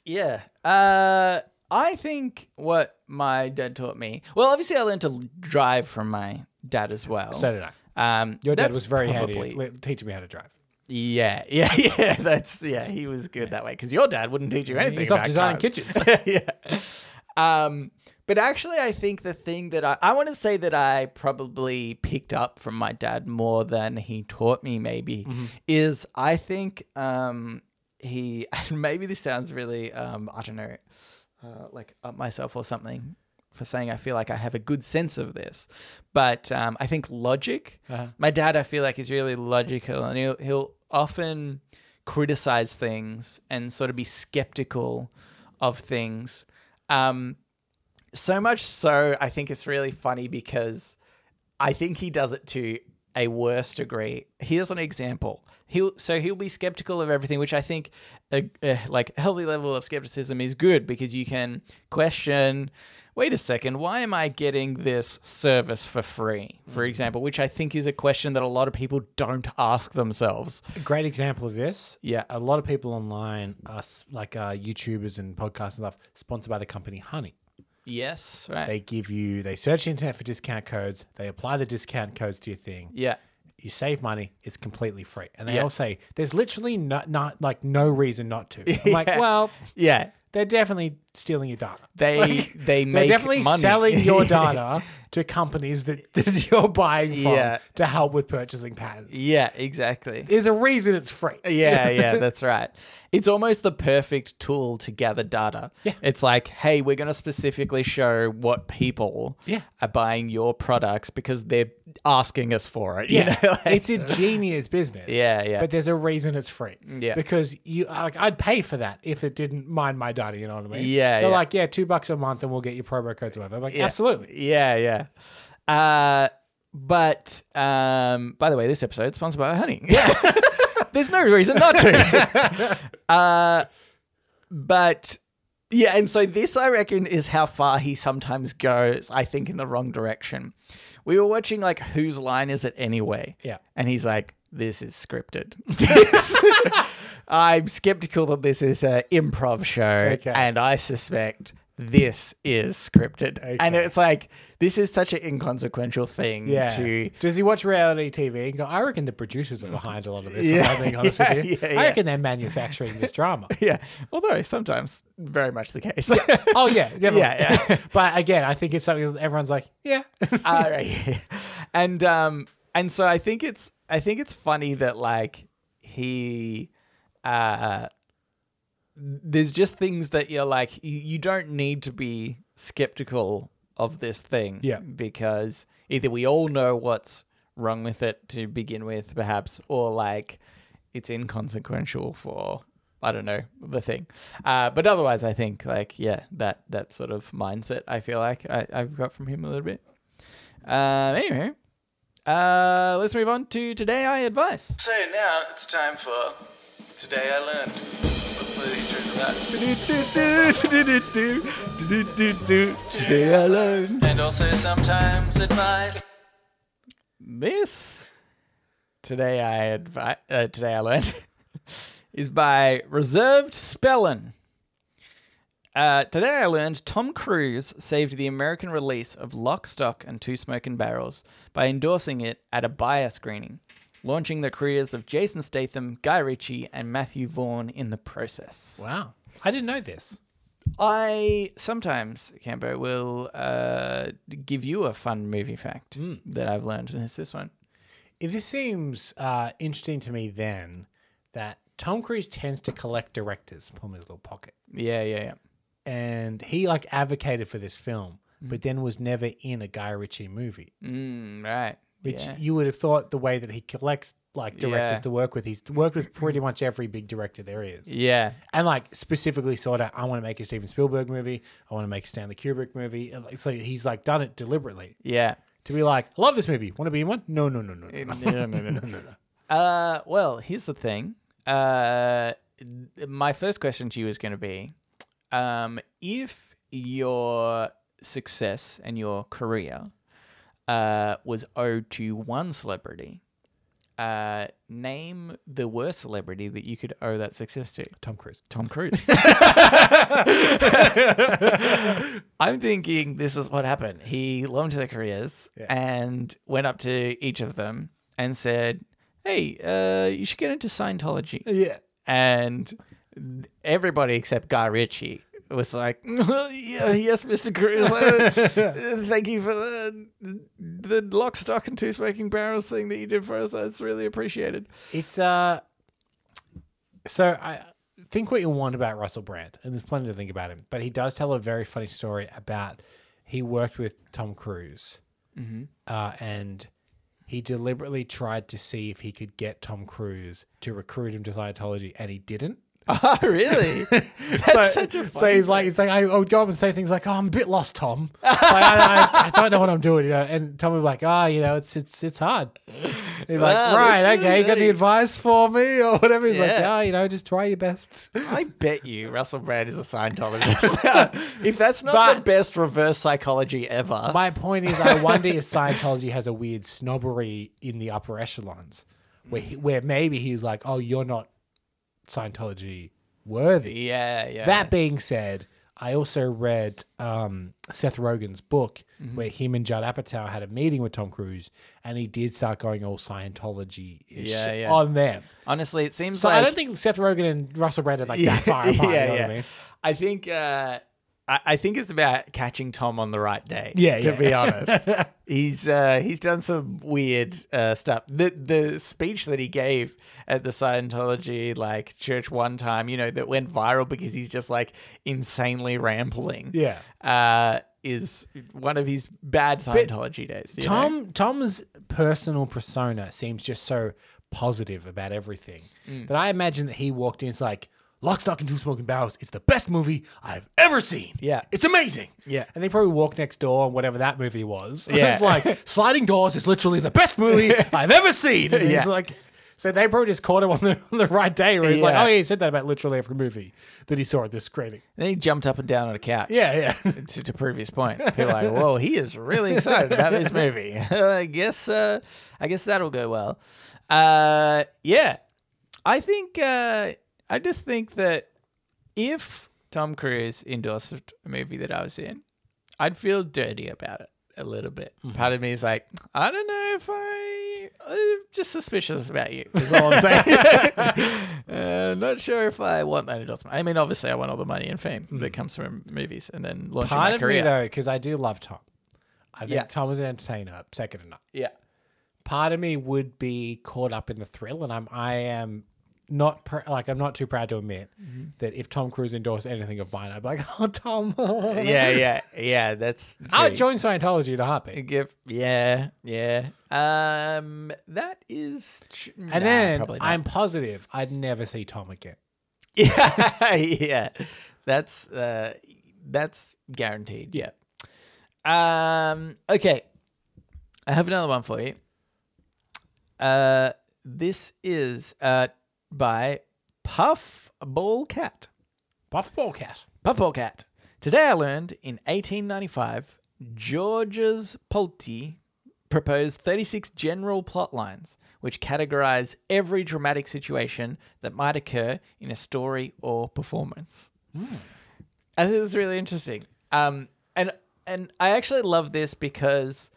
yeah. Uh, I think what my dad taught me. Well, obviously, I learned to drive from my dad as well. so did I. um, Your dad that's was very probably- handy at li- teaching me how to drive. Yeah, yeah, yeah. That's yeah. He was good that way because your dad wouldn't teach you anything. He's off about designing cars. kitchens. yeah. Um, but actually, I think the thing that I, I want to say that I probably picked up from my dad more than he taught me, maybe, is I think um, he, and maybe this sounds really, um, I don't know, uh, like up myself or something for saying I feel like I have a good sense of this. But um, I think logic, my dad, I feel like is really logical and he'll, he'll often criticize things and sort of be skeptical of things. Um, so much so, I think it's really funny because I think he does it to a worse degree. Here's an example. He'll so he'll be skeptical of everything, which I think a, a like healthy level of skepticism is good because you can question. Wait a second, why am I getting this service for free? For Mm. example, which I think is a question that a lot of people don't ask themselves. A great example of this. Yeah. A lot of people online, us like uh, YouTubers and podcasts and stuff, sponsored by the company Honey. Yes, right. They give you, they search the internet for discount codes. They apply the discount codes to your thing. yeah. you save money, it's completely free. And they Yeah. all say there's literally not, not like no reason not to. I'm like, Yeah. well, Yeah. they're definitely stealing your data. They they They're make definitely money. selling your data to companies that, that you're buying from Yeah. to help with purchasing patterns. yeah, exactly. There's a reason it's free. Yeah, yeah, that's right. It's almost the perfect tool to gather data. Yeah. It's like, hey, we're going to specifically show what people Yeah. are buying your products because they're asking us for it. You Yeah, know? like- it's a genius business. Yeah, yeah. Mm, But there's a reason it's free. Yeah. because you like I'd pay for that if it didn't mind my data. You know what I mean? Yeah, They're yeah. like, yeah, two bucks a month, and we'll get your promo codes. Whatever. I'm like, Yeah. absolutely. Yeah, yeah. Uh, but um, by the way, this episode is sponsored by Honey. Yeah. There's no reason not to. uh, but yeah, and so this, I reckon, is how far he sometimes goes, I think, in the wrong direction. We were watching, like, Whose Line Is It Anyway? Yeah. And he's like, this is scripted. This- I'm skeptical that this is an improv show. Okay. And I suspect this is scripted. And Okay. it's like, this is such an inconsequential thing Yeah. to. Does he watch reality TV and go, I reckon the producers are behind a lot of this, if Yeah, I'm being honest yeah, with you. yeah, I yeah. reckon they're manufacturing this drama. Yeah. Although sometimes very much the case. Oh, yeah. Definitely. Yeah, yeah. but again, I think it's something that everyone's like, yeah. All right. and um and so I think it's I think it's funny that like he uh there's just things that you're like you, you don't need to be skeptical of this thing Yeah. because either we all know what's wrong with it to begin with perhaps or like it's inconsequential for I don't know the thing, uh, but otherwise I think like yeah that that sort of mindset I feel like I, I've got from him a little bit. Um, anyway, uh, let's move on to today I advice. So now it's time for Today I Learned. What movie turns out? Today I learned And also sometimes advice. this. Today I advi- uh, Today I learned is by Reserved Spellin. Uh, today I learned Tom Cruise saved the American release of Lock, Stock, and Two Smoking Barrels by endorsing it at a buyer screening, launching the careers of Jason Statham, Guy Ritchie, and Matthew Vaughn in the process. wow. I didn't know this. I sometimes, Cambo, will uh, give you a fun movie fact that I've learned, and it's this one. If This seems uh, interesting to me then that Tom Cruise tends to collect directors from his little pocket. Yeah, yeah, yeah. And he like advocated for this film, but then was never in a Guy Ritchie movie. Mm, right. which yeah. you would have thought the way that he collects like directors Yeah. to work with, he's worked with pretty much every big director there is, yeah, and like specifically sort of, I want to make a Steven Spielberg movie, I want to make a Stanley Kubrick movie, and, like, so he's like done it deliberately yeah. to be like, I love this movie, want to be in one? No, no, no, no, no. no, no, no, no, no. Uh, well, here's the thing. Uh, th- my first question to you is going to be, um, if your success and your career uh, was owed to one celebrity, uh, name the worst celebrity that you could owe that success to. Tom Cruise. Tom Cruise. I'm thinking this is what happened. He launched their careers and went up to each of them and said, Hey, uh, you should get into Scientology. Yeah. And everybody except Guy Ritchie was like, yeah, Yes, Mr. Cruise. uh, thank you for the, the lock, stock, and two smoking barrels thing that you did for us. That's really appreciated. It's uh so I think what you want about Russell Brand, and there's plenty to think about him, but he does tell a very funny story about he worked with Tom Cruise. Uh, and he deliberately tried to see if he could get Tom Cruise to recruit him to Scientology and he didn't. Oh, really? That's such a So funny he's like, he's like, I, I would go up and say things like, "Oh, I'm a bit lost, Tom. Like, I, I, I don't know what I'm doing," you know. And Tom would be like, "Ah, you know, it's it's it's hard." And he'd be like, Wow, "Right, Ah, that's okay, really got any nutty." advice for me or whatever?" He's like, Yeah. "Ah, you know, just try your best." I bet you Russell Brand is a Scientologist. if that's not the But- best reverse psychology ever. My point is, I wonder if Scientology has a weird snobbery in the upper echelons, where he, where maybe he's like, "Oh, you're not Scientology worthy." yeah, yeah. That being said, I also read um, Seth Rogen's book Mm-hmm. where him and Judd Apatow had a meeting with Tom Cruise, and he did start going all Scientology ish Yeah, yeah. on them. honestly, it seems So like I don't think Seth Rogen and Russell Brand are like that far apart. you know What I mean? I think uh, I, I think it's about catching Tom on the right day. Yeah, to yeah. be honest, he's uh, he's done some weird uh, stuff. The the speech that he gave at the Scientology like church one time, you know, that went viral because he's just like insanely rambling. Yeah. uh, is one of his bad Scientology days. you know? Tom Tom's personal persona seems just so positive about everything Mm. that I imagine that he walked in. It's like Lock, Stock, and Two Smoking Barrels. It's the best movie I've ever seen. Yeah. it's amazing. Yeah. and they probably walked next door on whatever that movie was. Yeah. it's like Sliding Doors is literally the best movie I've ever seen. And Yeah. it's like. So they probably just caught him on the, on the right day where he's like, Yeah. oh, yeah, he said that about literally every movie that he saw at this screening. Then he jumped up and down on a couch. Yeah, yeah. To, to prove his point, people are like, "Whoa, he is really excited about this movie." I guess, uh, I guess that'll go well. Uh, yeah, I think, uh, I just think that if Tom Cruise endorsed a movie that I was in, I'd feel dirty about it a little bit. Mm-hmm. Part of me is like, I don't know if I. I'm just suspicious about you, is all I'm saying. uh, not sure if I want that endorsement. I mean, obviously, I want all the money and fame that comes from movies and then launching Hmm. Part my of career. me though, because I do love Tom. I think Yeah. Tom is an entertainer, second to none. Yeah. Part of me would be caught up in the thrill, and I'm I am not pr- like I'm not too proud to admit Mm-hmm. that if Tom Cruise endorsed anything of mine, I'd be like, oh Tom, Yeah, yeah, yeah. That's. I'd true. join Scientology in a heartbeat. Give yeah, yeah. Um, that is. Tr- And then I'm positive I'd never see Tom again. yeah, yeah. That's uh, that's guaranteed. Yeah. Um. Okay. I have another one for you. Uh, this is uh by Puff Ball Cat. Puffball cat. Puffball Cat. Today I learned in 1895, Georges Polti proposed 36 general plot lines which categorize every dramatic situation that might occur in a story or performance. I think it's really interesting. Um, and and I actually love this because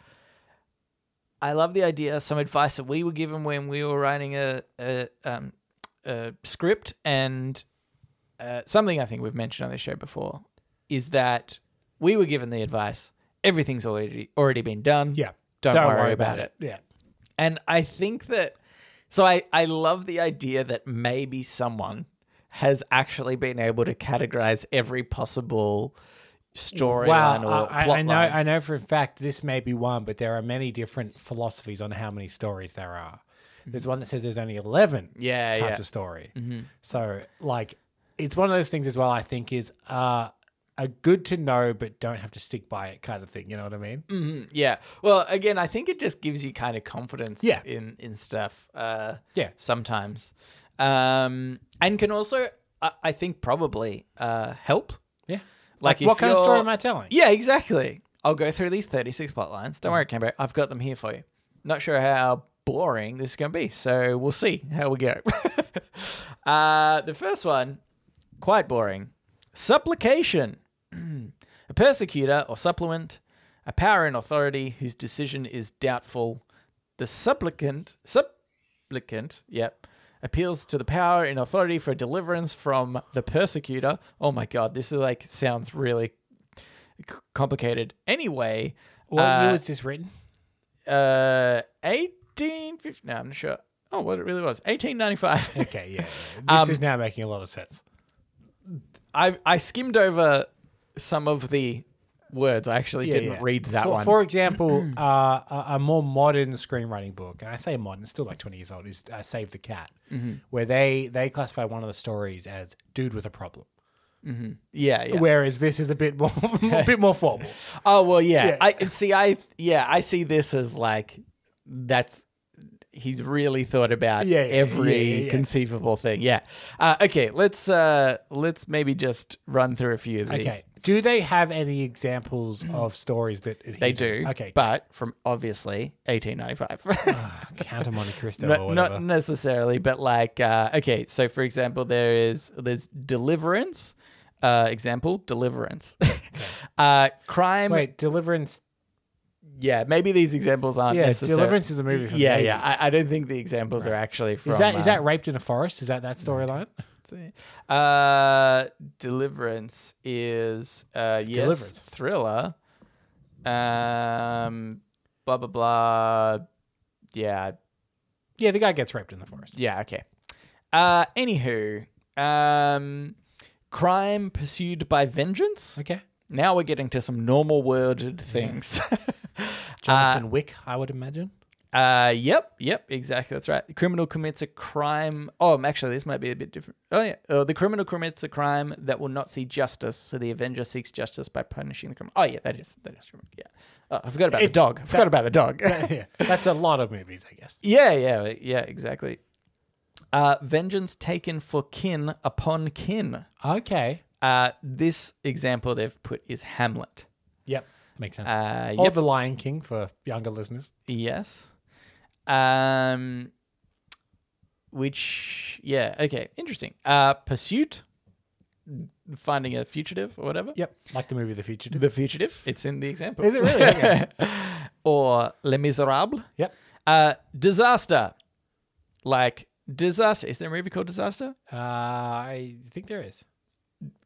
I love the idea. Some advice that we were given when we were writing a a, um, a script, and uh, something I think we've mentioned on this show before is that we were given the advice: everything's already already been done. Yeah. don't, worry, about, it. Yeah. And I think that so I I love the idea that maybe someone has actually been able to categorize every possible storyline Well, or I, I- plot I know line. I know for a fact this may be one, but there are many different philosophies on how many stories there are. There's one that says there's only eleven Yeah, Mm-hmm. types yeah. of story. So like it's one of those things as well I think is uh a good to know but don't have to stick by it kind of thing. You know what I mean? Mhm, yeah. Well, again, I think it just gives you kind of confidence Yeah. in in stuff. Uh, Yeah. sometimes, um, and can also I, I think probably uh, help. Yeah. Like, what if kind of story you're- am I telling? Yeah, exactly. I'll go through these 36 plot lines. Don't worry, Cambo. I've got them here for you. Not sure how boring this is going to be, so we'll see how we go. uh, the first one, quite boring. Supplication. a persecutor or supplement, a power in authority whose decision is doubtful. The supplicant, supplicant, yep, appeals to the power in authority for deliverance from the persecutor. Oh my god, this is like sounds really c- complicated. Anyway, What year uh, was this written? uh, eighteen fifty. No, I'm not sure. Oh, what it really was, eighteen ninety five. Okay, yeah. yeah. This Um, is now making a lot of sense. I I skimmed over some of the words. I actually Yeah, didn't yeah. read that for, one. For example, uh, a, a more modern screenwriting book, and I say modern, it's still like twenty years old, is uh, Save the Cat, Mm-hmm. where they they classify one of the stories as dude with a problem, yeah, yeah. whereas this is a bit more a bit more formal. Oh well, yeah. Yeah. I and see. I yeah. I see this as like that's he's really thought about Yeah, yeah, yeah, every yeah, yeah, yeah. conceivable thing. Yeah. Uh, okay. Let's uh let's maybe just run through a few of these. Okay, do they have any examples of stories that adhere They to- do. Okay, Uh-huh. But from obviously 1895. Count of Monte Cristo or not, whatever. not necessarily, but like uh, okay. So for example, there is there's deliverance. Uh, example deliverance. uh, crime. Wait, Deliverance. Yeah. Maybe these examples aren't Yeah, necessarily. Deliverance is a movie. From yeah, the yeah. 80s. I, I don't think the examples are actually from. is that is uh, that raped in a forest? Is that that storyline? Uh, Deliverance is uh, yes, Deliverance. thriller. Um, blah blah blah. Yeah, Yeah, the guy gets raped in the forest. yeah, okay. Uh, anywho, um, crime pursued by vengeance. Okay, Now we're getting to some normal worded things. Jonathan Wick, I would imagine. Uh, yep, yep, exactly. That's right. The criminal commits a crime. Oh, um, actually, this might be a bit different. Oh, yeah. Uh, the criminal commits a crime that will not see justice, so the Avenger seeks justice by punishing the criminal. Oh, yeah, that is that is true. Yeah. Oh, I forgot about the It's- dog. I forgot about the dog. yeah, that's a lot of movies, I guess. yeah, yeah, yeah, exactly. Uh, vengeance taken for kin upon kin. Okay. Uh, this example they've put is Hamlet. Yep. Makes sense. Uh, or yep. The Lion King for younger listeners. Yes. Um which yeah, okay, interesting. Uh pursuit, finding a fugitive or whatever. Yep. Like the movie The Fugitive. The fugitive. It's in the example. Is it really? Okay. or Les Miserables. yep. Uh, disaster. Like disaster. Is there a movie called Disaster? Uh, I think there is.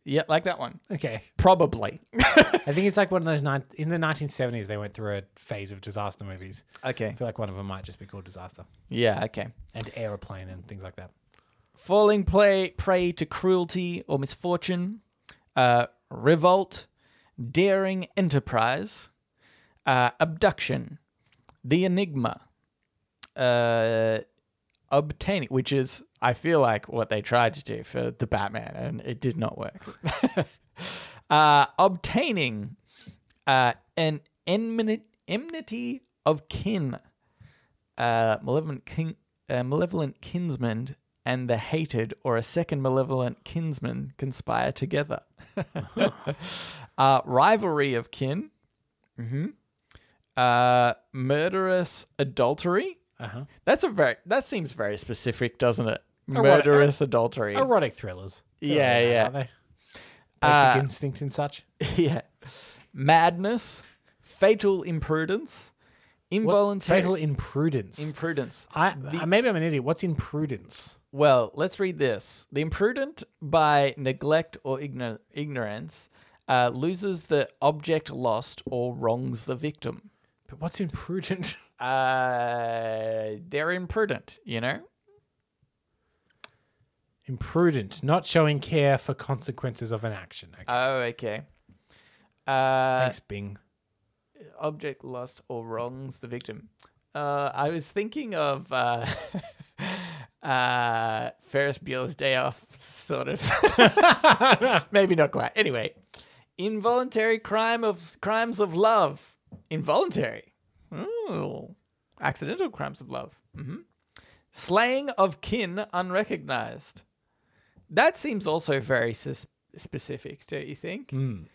Yeah, like that one. Okay. Probably. I think it's like one of those nine in the 1970s. They went through a phase of disaster movies. okay. I feel like one of them might just be called Disaster Yeah. Okay. and Aeroplane and things like that. Falling play, prey to cruelty or misfortune, uh, revolt, daring enterprise, uh, abduction, the enigma, uh, obtaining, which is, I feel like, what they tried to do for the Batman, and it did not work. uh, obtaining uh, an enmity, enmity of kin uh, malevolent king, uh, malevolent kinsman and the hated or a second malevolent kinsman conspire together. uh, rivalry of kin, hmm uh, murderous adultery. Uh huh. That's a very that seems very specific, doesn't it? what- Murderous adultery. Erotic thrillers. They're Yeah, all yeah. aren't they? Basic Uh, instinct and such. yeah, madness, fatal imprudence, involuntary Fatal imprudence. imprudence. I, I- maybe I'm an idiot. What's imprudence? Well, let's read this. The imprudent, by neglect or igno- ignorance, uh, loses the object lost or wrongs the victim. But what's imprudent? Uh, they're imprudent, you know? imprudent, not showing care for consequences of an action. Okay. Oh, okay. Uh, Thanks, Bing. object lost or wrongs the victim. Uh, I was thinking of uh, uh, Ferris Bueller's Day Off, sort of. Maybe not quite. Anyway, involuntary crime of crimes of love. Involuntary. Ooh. Accidental crimes of love. hmm Slaying of kin unrecognized. That seems also very sus- specific, don't you think? Mm.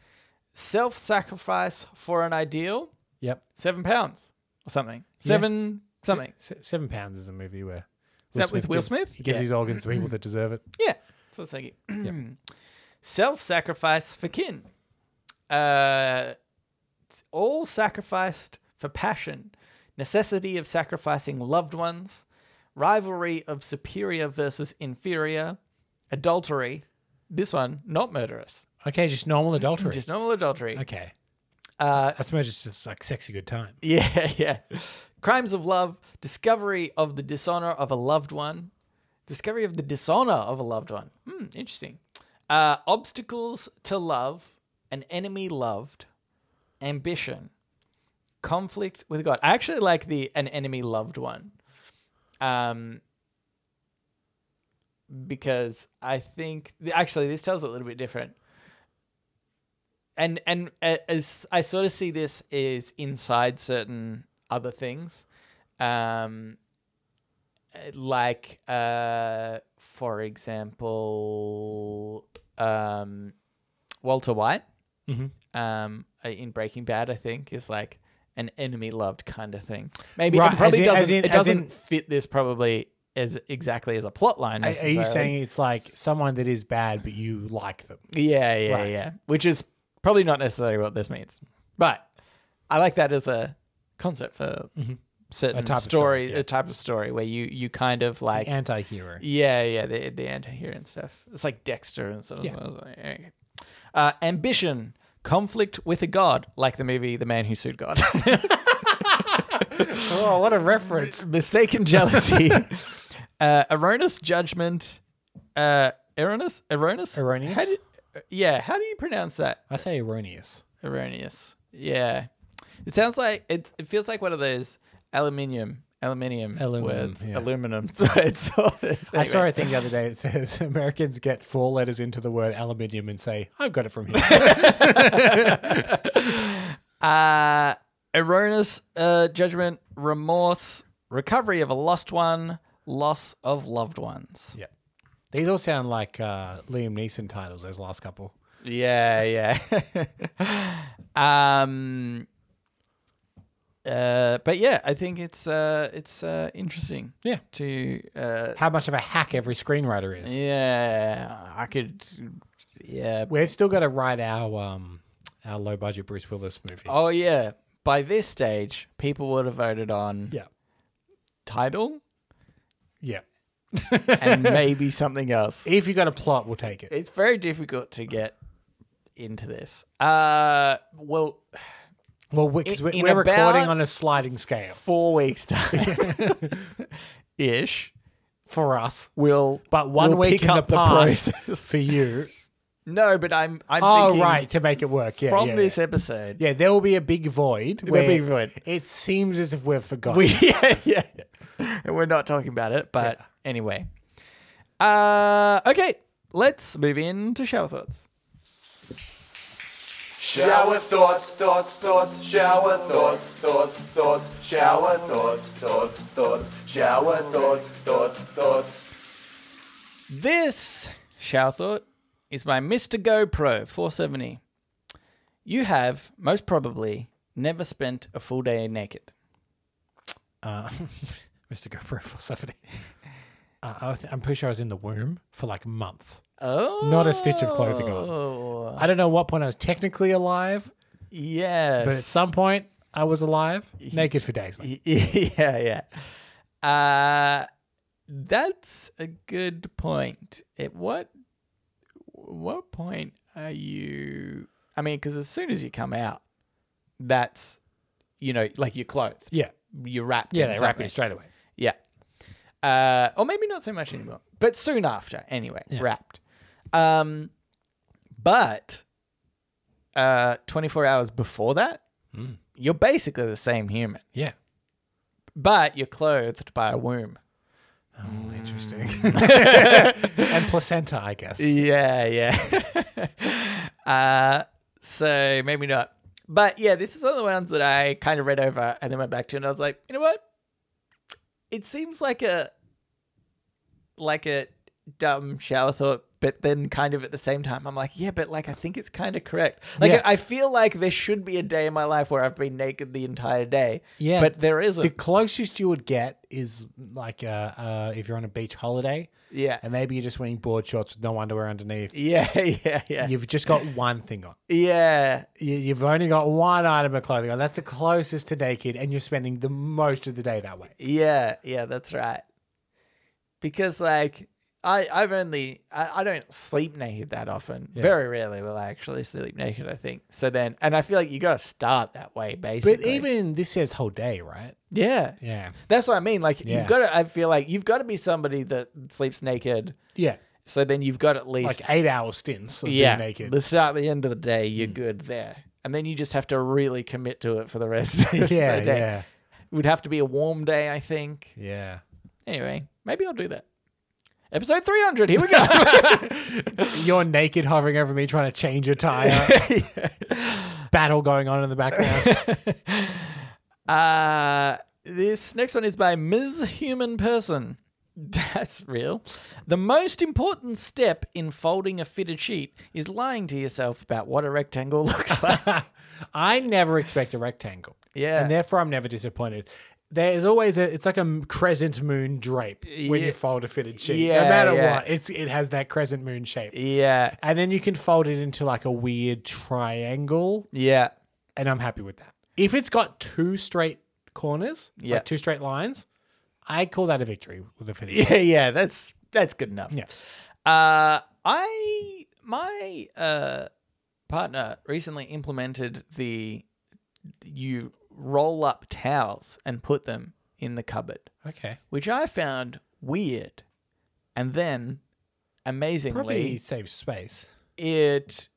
Self sacrifice for an ideal Yep. seven pounds or something. Seven something. Se- Seven Pounds is a movie where. that with Will gives- Smith? He gives Yeah. his organs to people that deserve it. Yeah. So it's like self sacrifice for kin. Uh, it's all sacrificed for passion, necessity of sacrificing loved ones, rivalry of superior versus inferior, adultery. This one, not murderous, Okay, just normal adultery. just normal adultery. okay. Uh, That's more just, just like sexy good time. Yeah, yeah. Crimes of love, discovery of the dishonor of a loved one, discovery of the dishonor of a loved one. Hmm, interesting. Uh, obstacles to love, an enemy loved, ambition, conflict with God. I actually like the an enemy loved one, um, because I think actually this tells it a little bit different and and a- as I sort of see this is inside certain other things, um, eh, like uh, for example, um, Walter White, Mm-hmm. um, uh, in Breaking Bad, I think is like an enemy loved kind of thing. Maybe Right, it probably as doesn't in- as in- it as doesn't in- fit this probably as exactly as a plot line. Are, are you necessarily. saying it's like someone that is bad, but you like them? Yeah, yeah, Right. yeah. Which is probably not necessarily what this means, but I like that as a concept for certain Mm-hmm. A type of story, story, yeah. a type of story where you you kind of like, Anti hero. yeah, yeah, the the anti-hero and stuff. It's like Dexter and stuff. Yeah. Uh, ambition, conflict with a god, like the movie The Man Who Sued God. Oh, what a reference. mistaken jealousy, uh, erroneous judgment, uh, erroneous, erroneous, Erroneous? How do- yeah, how do you pronounce that? I say erroneous. erroneous. Yeah, it sounds like it. It feels like one of those aluminium, aluminium Aluminum, words, yeah. aluminum words. All this. I saw Anyway. a thing the other day that says Americans get four letters into the word aluminium and say, I've got it from here. Uh, erroneous uh, judgment, remorse, recovery of a lost one, loss of loved ones. yeah. These all sound like uh, Liam Neeson titles, those last couple. Yeah, yeah. um. Uh, but yeah, I think it's uh, it's uh, interesting. Yeah. To uh, How much of a hack every screenwriter is. Yeah, I could Yeah. We've still got to write our um our low budget Bruce Willis movie. Oh yeah. By this stage, people would have voted on Yeah. title Yeah. and maybe something else. If you got a plot, we'll take it. It's very difficult to get into this. Uh, well, Well, because In- we're, in we're recording about- on a sliding scale four weeks time ish. for us, We'll but one we'll week pick in the up the past process. for you. no, but I'm I'm Oh, thinking right, to make it work. Yeah, from yeah, this yeah. episode. Yeah, there will be a big void. There'll Where be a void. It seems as if we've forgotten. We yeah, yeah. And we're not talking about it, but anyway. Uh okay, let's move into shower thoughts. Shower thoughts, thoughts, thoughts, shower thoughts, thoughts, thoughts, shower thoughts, thoughts, thoughts, shower thoughts, thoughts, thoughts. This shower thought is by Mr. GoPro 470. You have most probably never spent a full day naked. uh, Mr. GoPro 470. Uh, I was, I'm pretty sure I was in the womb for like months. Oh, Not a stitch of clothing on. I don't know what point I was technically alive, Yes, but at some point I was alive, naked for days, mate. yeah, yeah. Uh, that's a good point. At what what point are you? I mean, because as soon as you come out, that's you know, like you're clothed, Yeah, you're wrapped. yeah, in they wrap something. me straight away. Yeah. Uh, or maybe not so much anymore, but soon after, anyway, wrapped. Um, but uh, 24 hours before that, you're basically the same human, Yeah, but you're clothed by a womb. interesting. and placenta, I guess. Yeah, yeah. uh, so maybe not. But yeah, this is one of the ones that I kind of read over and then went back to, and I was like, you know what? It seems like a like a dumb shower thought, but then kind of at the same time, I'm like, yeah, but like I think it's kind of correct. Like Yeah. I feel like there should be a day in my life where I've been naked the entire day. Yeah. but there The isn't. closest you would get is like uh, uh, if you're on a beach holiday yeah, and maybe you're just wearing board shorts with no underwear underneath. yeah, yeah, yeah, You've just got one thing on. yeah. You- You've only got one item of clothing on. That's the closest to naked, and you're spending the most of the day that way. Yeah, yeah, that's right. Because like I I've only I, I don't sleep naked that often. Very rarely will I actually sleep naked, I think. So then and I feel like you gotta start that way basically. But even this says whole day, right? Yeah. Yeah. That's what I mean. Like Yeah. you've gotta I feel like you've gotta be somebody that sleeps naked. Yeah. So then you've got at least Like eight hour stints of yeah, being naked. Mm. the start the end of the day, you're good there. And then you just have to really commit to it for the rest of yeah, the day. yeah. It would have to be a warm day, I think. Yeah. Anyway, maybe I'll do that. Episode 300, here we go. You're naked hovering over me trying to change your tire. Battle going on in the background. uh, this next one is by Ms. Human Person. That's real. The most important step in folding a fitted sheet is lying to yourself about what a rectangle looks like. I never expect a rectangle. Yeah. And therefore, I'm never disappointed. There is always a, it's like a m- crescent moon drape when Yeah. you fold a fitted sheet. Yeah, no matter yeah. what, it's it has that crescent moon shape. yeah, And then you can fold it into like a weird triangle, yeah, and I'm happy with that. If it's got two straight corners, Yeah. like two straight lines, I call that a victory with a fitted sheet. yeah, yeah. That's that's good enough. Yeah. Uh, I my uh partner recently implemented the you roll up towels and put them in the cupboard, Okay. which I found weird, and then amazingly Probably saves space. it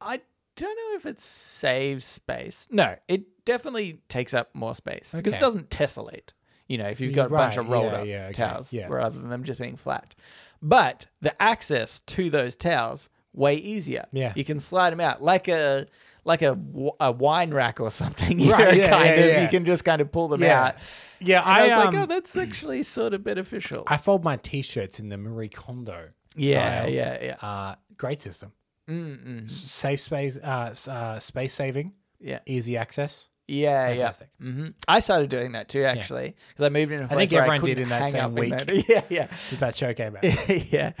I don't know if it saves space. No, it definitely takes up more space because Okay. it doesn't tessellate. You know, if you've got a bunch Right, of rolled yeah, up yeah, okay, towels yeah. rather than them just being flat. But the access to those towels way easier. Yeah. you can slide them out like a like a, w- a wine rack or something. You Right, know, yeah, kind yeah, of, yeah. You can just kind of pull them Yeah. out. Yeah, And I, was um, like, oh, that's actually sort of beneficial. I fold my t-shirts in the Marie Kondo. yeah, style. yeah, yeah, Uh, great system. S- Safe space, uh, s- uh, space saving, yeah, easy access. Yeah, Fantastic. yeah. hmm I started doing that too, actually, because I moved in. a place think where everyone did couldn't in that hang same up week. that- Yeah, Did that show came out? yeah, yeah.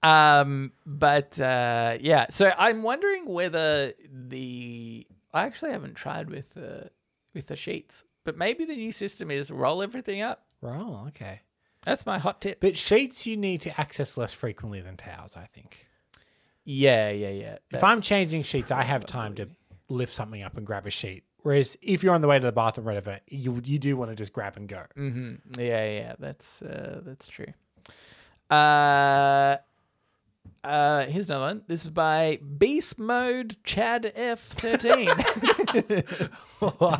Um, but uh, yeah, so I'm wondering whether the I actually haven't tried with the with the sheets, but maybe the new system is roll everything up. Roll, okay. That's my hot tip. But sheets you need to access less frequently than towels, I think. Yeah, yeah, yeah. if I'm changing sheets, I have time to lift something up and grab a sheet. Whereas if you're on the way to the bathroom, or whatever, you you do want to just grab and go. hmm Yeah, yeah, that's uh, that's true. Uh, uh, here's another one. This is by Beast Mode Chad F thirteen. I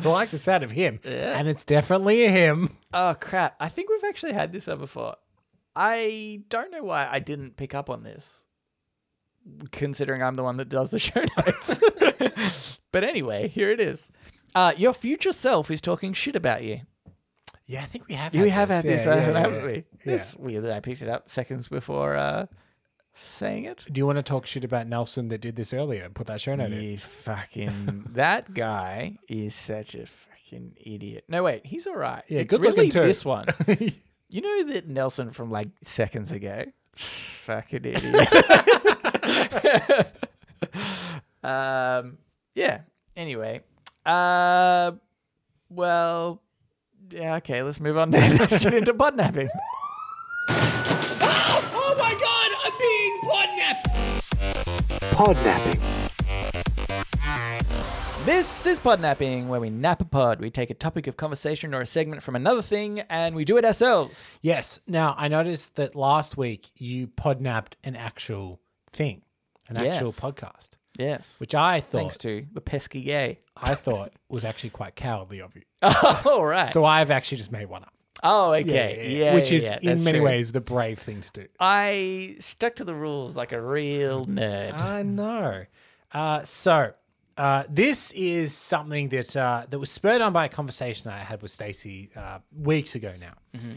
like the sound of him, Yeah. and it's definitely a him. oh crap! I think we've actually had this one before. I don't know why I didn't pick up on this, considering I'm the one that does the show notes. but anyway, here it is. Uh, your future self is talking shit about you. Yeah, I think we have. You have had this, Yeah, uh, yeah, yeah, haven't yeah. we? Yeah. It's weird that I picked it up seconds before uh, saying it. Do you want to talk shit about Nelson that did this earlier and put that show note in? You fucking that guy is such a fucking idiot. No wait, he's all right. Yeah, it's good looking really too. this one. you know that Nelson from like seconds ago. Fucking idiot. um. Yeah. Anyway. Uh. Well. Yeah. Okay. Let's move on. Now. Let's get into podnapping. Oh my god, I'm being podnapped! Podnapping. This is podnapping, where we nap a pod. We take a topic of conversation or a segment from another thing, and we do it ourselves. Yes. Now I noticed that last week you podnapped an actual thing, an actual Yes. podcast, Yes. which I thought Thanks to the pesky gay. I thought was actually quite cowardly of you. All right. So I've actually just made one up. oh, okay. Yeah. which yeah, is yeah, in that's many true. ways the brave thing to do. I stuck to the rules like a real nerd. I know. Uh, so uh, this is something that uh, that was spurred on by a conversation I had with Stacey uh, weeks ago now. Mm-hmm.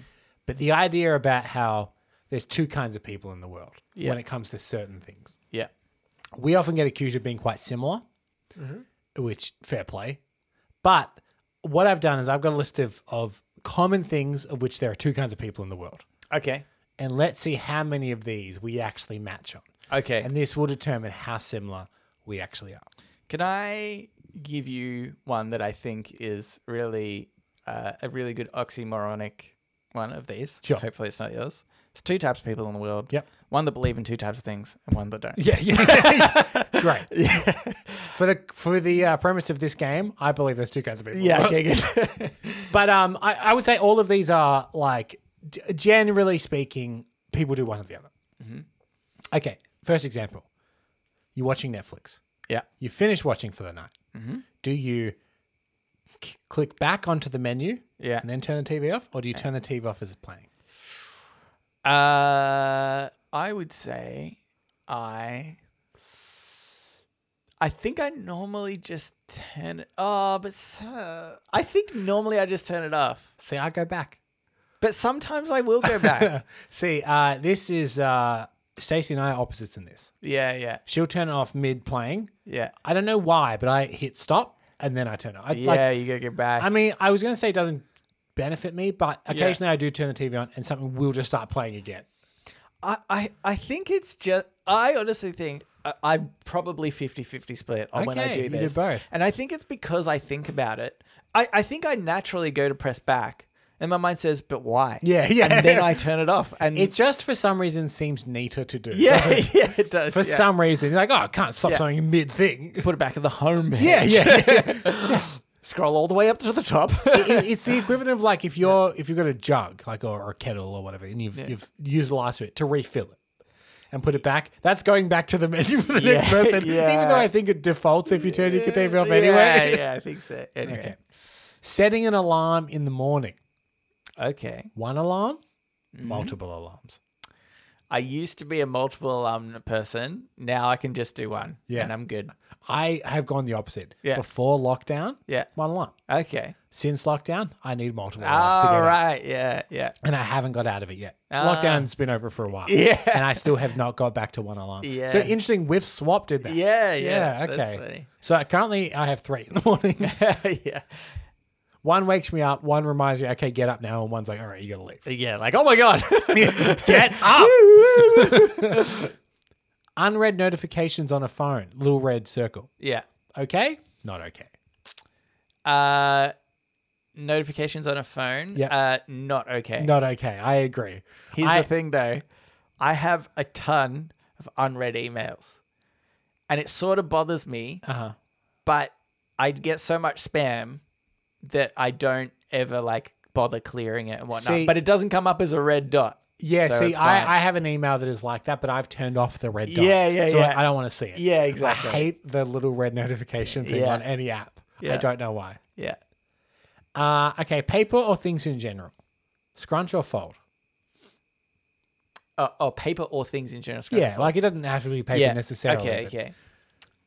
But the idea about how there's two kinds of people in the world when it comes to certain things. yeah. We often get accused of being quite similar, which fair play. But what I've done is I've got a list of, of common things of which there are two kinds of people in the world. Okay. And let's see how many of these we actually match on. Okay. And this will determine how similar we actually are. Can I give you one that I think is really uh, a really good oxymoronic one of these? Sure. Hopefully, it's not yours. It's two types of people in the world. Yep. One that believe in two types of things, and one that don't. Yeah, yeah. Great. For the for the uh, premise of this game, I believe there's two kinds of people. Okay. Good. But um, I, I would say all of these are like, g- generally speaking, people do one or the other. Okay. First example: you're watching Netflix. yeah. You finish watching for the night. Do you c- click back onto the menu? Yeah. And then turn the TV off, or do you turn the TV off as it's playing? Uh, I would say I. I think I normally just turn it. Oh, but so, I think normally I just turn it off. See, I go back. But sometimes I will go back. See, uh, this is uh, Stacey and I are opposites in this. yeah, yeah, She'll turn it off mid playing. yeah, I don't know why, but I hit stop and then I turn it. I, yeah. like, you gotta get back. I mean, I was going to say it doesn't benefit me, but occasionally I do turn the TV on and something will just start playing again. I, I, I think it's just. I honestly think I, I'm probably 50 50 split on when I Okay, do you do this. both. And I think it's because I think about it. I, I think I naturally go to press back, and my mind says, but why? Yeah, yeah. And then I turn it off. And It just for some reason seems neater to do. Mm. Yeah, yeah, it does. For yeah. some reason, you're like, oh, I can't stop Yeah. something mid thing. put it back in the home page. Yeah, yeah. yeah. Scroll all the way up to the top. It- it's the equivalent of like if you're if you've got a jug like or, or a kettle or whatever, and you've you've used the last of it to refill it and put it back. That's going back to the menu for the next Yeah, person. Even though yeah. I think it defaults if you turn your TV off Yeah, anyway. yeah, I think so. Anyway. Okay. Setting an alarm in the morning. Okay. One alarm, Mm-hmm. multiple alarms. I used to be a multiple alarm person. Now I can just do one. Yeah. And I'm good. I have gone the opposite. Yeah. Before lockdown, Yeah. one alarm. Okay. Since lockdown, I need multiple alarms to All get out. Oh, right. Yeah. Yeah. And I haven't got out of it yet. Ah. Lockdown's been over for a while. Yeah. And I still have not got back to one alarm. Yeah. So interesting, we've swapped in that. Yeah. Yeah. Yeah, That's okay. So currently I have three in the morning. funny. yeah. One wakes me up, one reminds me, okay, get up now, and one's like, all right, you gotta leave. Yeah, like, oh my God. Get up! Unread notifications on a phone, little red circle. yeah. Okay? Not okay. Uh, notifications on a phone. Yeah. Uh, not okay. Not okay. I agree. Here's I- the thing, though. I have a ton of unread emails, and it sort of bothers me. Uh-huh. But I get so much spam that I don't ever like bother clearing it and whatnot. See- but it doesn't come up as a red dot. Yeah, so see, it's fine. I, I have an email that is like that, but I've turned off the red dot. Yeah, yeah, so yeah. I don't want to see it. Yeah, exactly. I hate the little red notification thing Yeah. on any app. I Yeah. don't know why. yeah. Uh, okay, paper or things in general? Scrunch or fold? Oh, oh, paper or things in general. yeah, like it doesn't have to be paper necessarily. Okay, but- okay.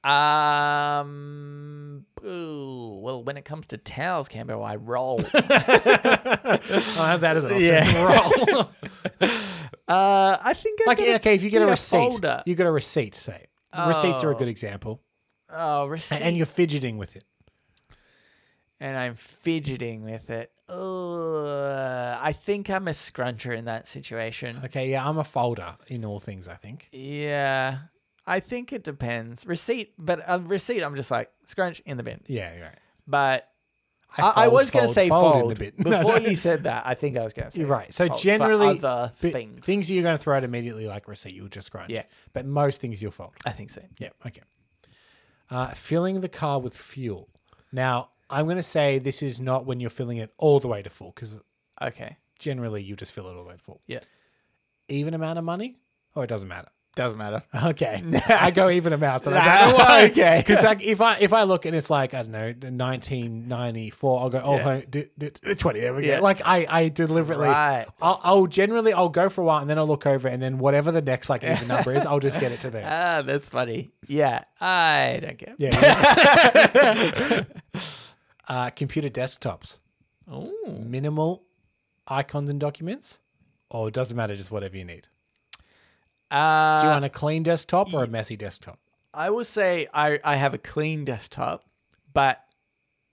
Um. ooh, well, when it comes to towels, Cambo, I roll. I have that as an option. Yeah. Roll. uh, I think I'm like, gonna okay, if you get a do receipt, folder. you got a receipt, say. Receipts are a Oh. good example. oh, receipt, A- And you're fidgeting with it. and I'm fidgeting with it. Oh, I think I'm a scruncher in that situation. Okay, yeah, I'm a folder in all things, I think. Yeah, I think it depends. Receipt, but a receipt, I'm just like scrunch in the bin. Yeah, you're right. But I, I fold, was going to fold, say fold fold, in the bin. No, before no. you said that. I think I was going to say You're right. So fold for generally, other thi- things. things you're going to throw out immediately, like receipt, you'll just scrunch. Yeah. But most things you'll fold. I think so. Yeah. Okay. Uh, filling the car with fuel. Now, I'm going to say this is not when you're filling it all the way to full, because Okay. generally you just fill it all the way to full. Yeah. Even amount of money, or it doesn't matter. Doesn't matter. Okay, I go even amounts. And I Nah, go, oh, okay. because like if I if I look and it's like I don't know 1994, I'll go oh Yeah. d- d- 20. There we go. Yeah. Like I I deliberately Right. I'll, I'll generally I'll go for a while and then I'll look over and then whatever the next like even number is, I'll just get it to there. Ah, that's funny. Yeah, I don't care. Yeah. uh, computer desktops, Ooh. minimal icons and documents, or it doesn't matter, just whatever you need. Uh, Do you want a clean desktop or a messy desktop? I will say I, I have a clean desktop, but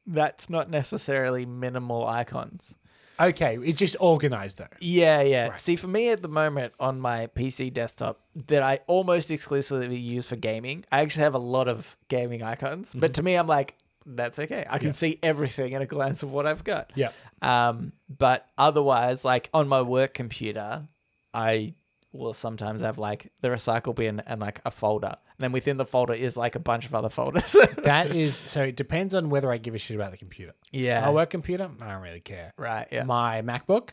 that's not necessarily minimal icons. Okay, it's just organized though. Yeah, yeah. See, for me at the moment on my PC desktop that I almost exclusively use for gaming, I actually have a lot of gaming icons. But to me, I'm like, that's okay. I can see everything at a glance of what I've got. Yeah. Um, but otherwise, like on my work computer, I will sometimes have like the recycle bin and like a folder. And then within the folder is like a bunch of other folders. That is so. It depends on whether I give a shit about the computer. Yeah. My work computer, I don't really care. right. Uh-huh. Yeah. Mm-hmm. My MacBook,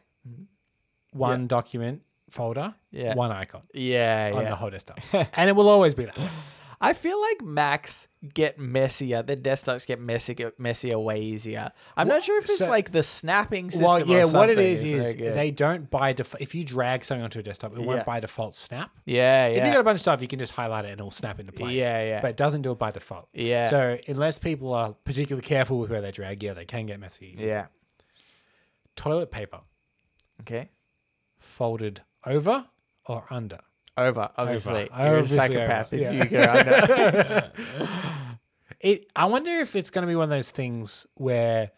one document folder, Yeah. one icon yeah. on the Yeah. whole desktop, and it will always be that. way. I feel like Macs get messier. Their desktops get messier, messier way easier. I'm not sure if it's so- like the snapping system. Well, or yeah, what it something is is so good. they don't by default. If you drag something onto a desktop, it Yeah. won't by default snap. yeah, yeah. If you got a bunch of stuff, you can just highlight it and it'll snap into place. Yeah, yeah. But it doesn't do it by default. Yeah. So unless people are particularly careful with where they drag, yeah, they can get messy. yeah. Toilet paper Okay. folded over or under. Over. Obviously, Over, you're obviously a psychopath over, if yeah. you go under. It. I wonder if it's going to be one of those things where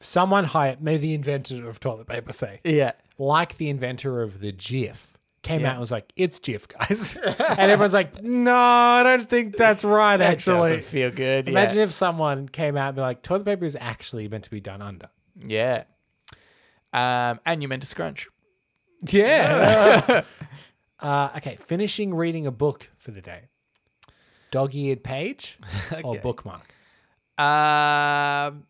someone hired, maybe the inventor of toilet paper, say, yeah. like the inventor of the GIF, came Yeah. out and was like, "It's GIF, guys," and everyone's like, "No, I don't think that's right." That actually, doesn't feel good. yeah. imagine if someone came out and be like, "Toilet paper is actually meant to be done under." Yeah. Um, and you meant to scrunch. Yeah. uh, okay, finishing reading a book for the day. Dog-eared page or Okay. bookmark? Um,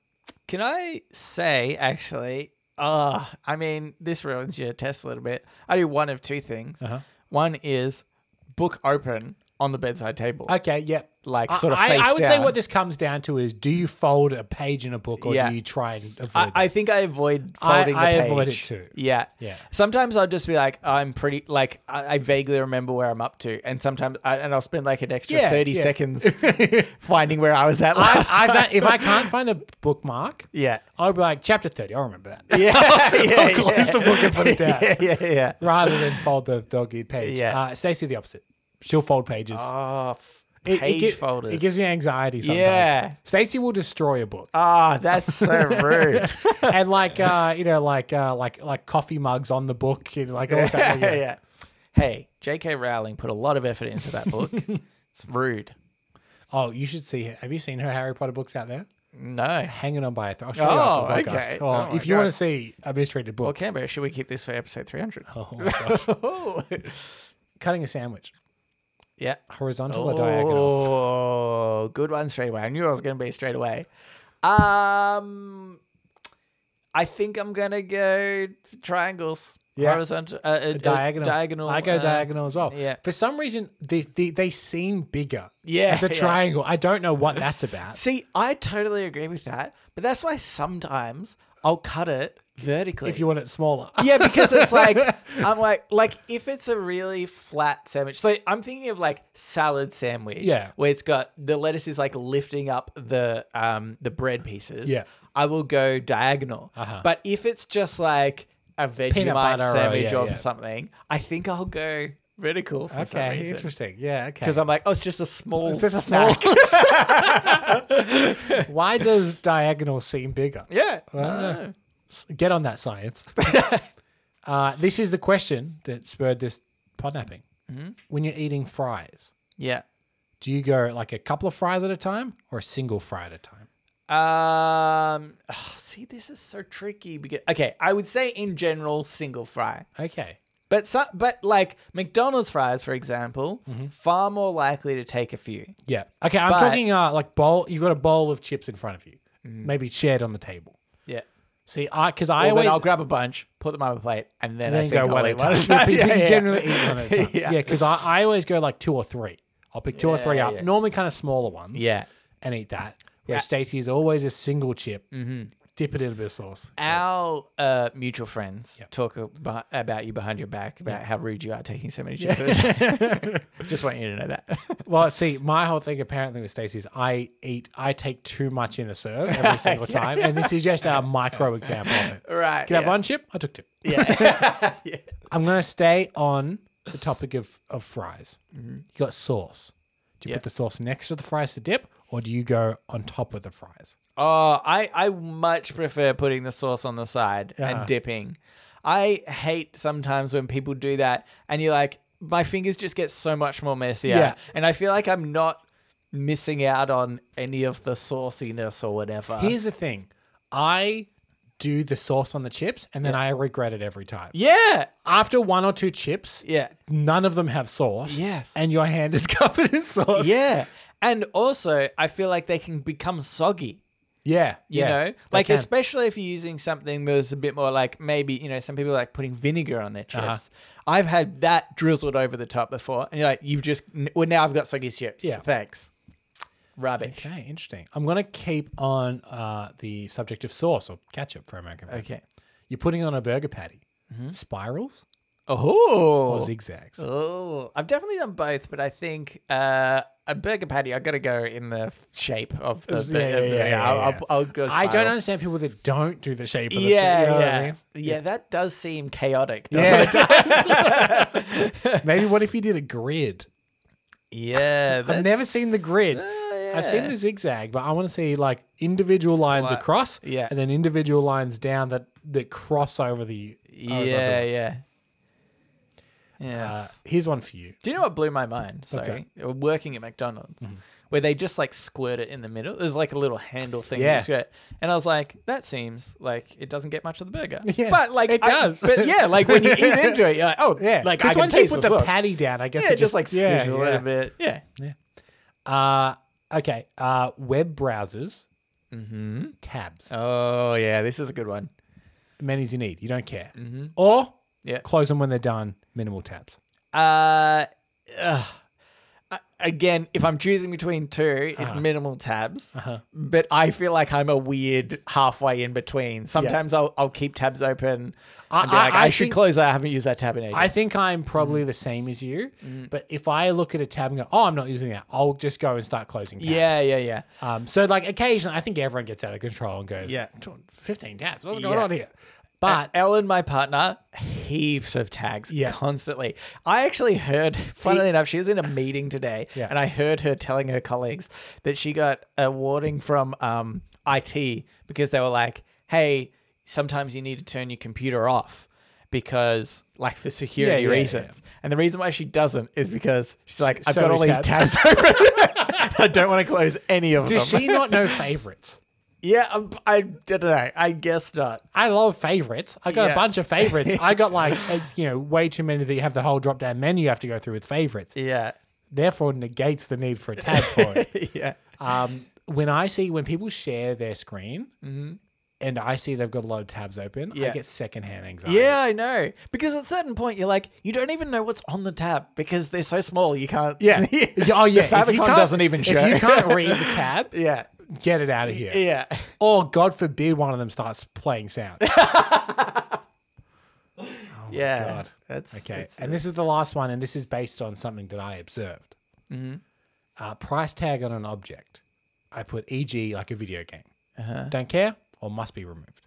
can I say actually? Uh, I mean, this ruins your test a little bit. I do one of two things. Uh-huh. One is book open on the bedside table, Okay, yep. like I- sort of I, face I would say down. what this comes down to is: do you fold a page in a book, or Yeah. do you try and avoid? I, that? I think I avoid I- folding I the page. avoid it too. Yeah. Yeah. Sometimes I'll just be like, I'm pretty, like, I, I vaguely remember where I'm up to. And sometimes, I, and I'll spend like an extra Yeah, 30 yeah. seconds finding where I was at I, last I time. fa- if I can't find a bookmark, yeah. I'll be like chapter thirty. I remember that. Yeah. yeah, yeah. Close the book and put it down, yeah. Yeah. Yeah. rather than fold the dog-eared page. Yeah. Uh, Stacey the opposite. She'll fold pages. Oh, f- It, Page it, gi- folders. It gives me anxiety sometimes. Yeah. Stacy will destroy a book. Ah, that's so rude. and like uh, you know, like uh, like like coffee mugs on the book, you know, like all that. yeah, yeah. yeah. Hey, J.K. Rowling put a lot of effort into that book. it's rude. Oh, you should see. her. Have you seen her Harry Potter books out there? No. Hanging on by a thread. I'll show you Oh, after the podcast. okay. Oh, Oh my if you want God. to see a mistreated Well, book, Canberra, should we keep this for episode 300? oh my gosh. cutting a sandwich, yeah. horizontal or diagonal. Oh, good one straight away. I knew I was going to be straight away. Um, I think I'm going to go triangles. Yeah. Horizontal. Uh, uh, Diagonal. diagonal. I go uh, diagonal as well. yeah. For some reason, they they, they seem bigger. Yeah, As a yeah. triangle. I don't know what that's about. See, I totally agree with that, but that's why sometimes I'll cut it vertically. if you want it smaller. Yeah, because it's like I'm like like if it's a really flat sandwich. So I'm thinking of like salad sandwich. Yeah. Where it's got the lettuce is like lifting up the um the bread pieces. Yeah. I will go diagonal. Uh-huh. But if it's just like a Vegemite butter or- sandwich yeah, or yeah. something, I think I'll go vertical for some okay. reason. Interesting. Yeah. Okay. Because I'm like, oh, it's just a small It's just a snack. Why does diagonal seem bigger? yeah. I don't don't know. know. Get on that science. uh, this is the question that spurred this podnapping. Mm-hmm. When you're eating fries, Yeah. do you go like a couple of fries at a time or a single fry at a time? Um, see, this is so tricky because okay, I would say in general single fry, Okay. but so, but like McDonald's fries, for example, far more likely to take a few. Yeah. Okay. I'm But- talking uh, like bowl. You've got a bowl of chips in front of you, Mm. maybe shared on the table. Yeah, See, I because I I or always then I'll grab a bunch, put them on a plate, and then and I then think go I'll one at a eat one. time. But you Yeah, yeah. generally eat one at a time. Yeah. Yeah, because I, I always go like two or three. I'll pick two or three Yeah, up, yeah. normally kind of smaller ones. Yeah. and eat that. Where Stacey is always a single chip, Mm-hmm. dip it in a bit of sauce. Our uh, mutual friends talk ab- about you behind your back about how rude you are taking so many chips. Just want you to know that. Well, see, my whole thing apparently with Stacey is I eat, I take too much in a serve every single time, and this is just a micro example of it. right. Can I have one chip? I took two. Uh, Yeah. yeah. I'm gonna stay on the topic of of fries. You got sauce. Do Mm-hmm. you Yeah. put the sauce next to the fries to dip, or do you go on top of the fries? Oh, I, I much prefer putting the sauce on the side and dipping. I hate sometimes when people do that and you're like, my fingers just get so much more messier. Yeah. And I feel like I'm not missing out on any of the sauciness or whatever. Here's the thing, I do the sauce on the chips, and then I regret it every time. yeah. After one or two chips, Yeah. none of them have sauce. Yes. and your hand is covered in sauce. Yeah. And also, I feel like they can become soggy. yeah, You yeah. know, They like can. especially if you're using something that's a bit more like maybe you know some people like putting vinegar on their chips. Uh-huh. I've had that drizzled over the top before, and you're like, you've just n- well now I've got soggy chips. Yeah. thanks. Rubbish. Okay, interesting. I'm gonna keep on uh, the subject of sauce or ketchup for American fries. Okay. Mm-hmm. you're putting on a burger patty, spirals Oh, or zigzags. oh, I've definitely done both, but I think uh, a burger patty. I got to go in the shape of the. Yeah, yeah, of the- yeah, yeah, I'll, yeah. I'll, I'll go. I don't spiral. understand people that don't do the shape of the Yeah, thing, you know what I yeah, mean? yeah. That does seem chaotic. doesn't Yeah, it? it does. Maybe what if you did a grid? yeah. I've never seen the grid. I've seen yeah. the zigzag, but I want to see like individual lines Like- across, yeah. and then individual lines down that that cross over the Yeah, horizontal ones. yeah. Yes. Uh, here's one for you. Do you know what blew my mind? What's Sorry. Working at McDonald's, where they just like squirt it in the middle. There's like a little handle thing. Yeah. Yeah. You squirt. And I was like, that seems like it doesn't get much of the burger. Yeah, but like, it I- does. but yeah, like when you eat into it, you're like, oh, Yeah, yeah. Like, I because can once you taste put the, the sauce. patty down, I guess yeah, it just, like squishes a little yeah. bit. Yeah. Uh, okay, uh, web browsers, tabs, Mm-hmm. Oh, yeah. This is a good one. many as you need. You don't care, or Mm-hmm. Yeah. close them when they're done. Minimal tabs. Uh, ugh. I- Again, if I'm choosing between 2 it's Uh-huh. minimal tabs. But I feel like I'm a weird halfway in between. Sometimes I'll, I'll keep tabs open. I- and be like, I, I- I should think- close that. I haven't used that tab in ages. I think I'm Mm. probably the same as you, but if I look at a tab and go, "Oh, I'm not using that," I'll just go and start closing tabs. yeah, yeah, yeah. Um, so like occasionally, I think everyone gets out of control and goes, Yeah. "Tw- "15 tabs. What's going Yeah. on here?" But Ellen, my partner, heaps of tags Yeah. constantly. I actually heard, funnily enough, she was in a meeting today, Yeah. and I heard her telling her colleagues that she got a warning from um, IT because they were like, "Hey, sometimes you need to turn your computer off." Because, like, for security Yeah, yeah, yeah, reasons, and the reason why she doesn't is because she's like, "I've so got all many these tabs." tabs open. I don't want to close any of does them." she not know favorites? yeah, I'm- I don't know. I guess not. I love favorites. I got Yeah. a bunch of favorites. I got like a, you know way too many that you have the whole drop down menu you have to go through with favorites. Yeah, Therefore, negates the need for a tab for it. yeah. Um, when I see when people share their screen and I see they've got a lot of tabs open, Mm-hmm. Yeah. I get secondhand anxiety. Yeah, I know. Because at a certain point, you're like, you don't even know what's on the tab because they're so small. You can't. Yeah. Yeah, Oh, yeah. The If you Fabicon can't- doesn't even show. If you can't Oh read the tab, yeah. get it out of here. Yeah. Or, God forbid, one of them starts playing sound. yeah. God. That's Okay. that's- and this is the last one, and this is based on something that I observed. Mm-hmm. Uh, price tag on an object. I put e.g. like a video game. Uh-huh. Don't care or must be removed.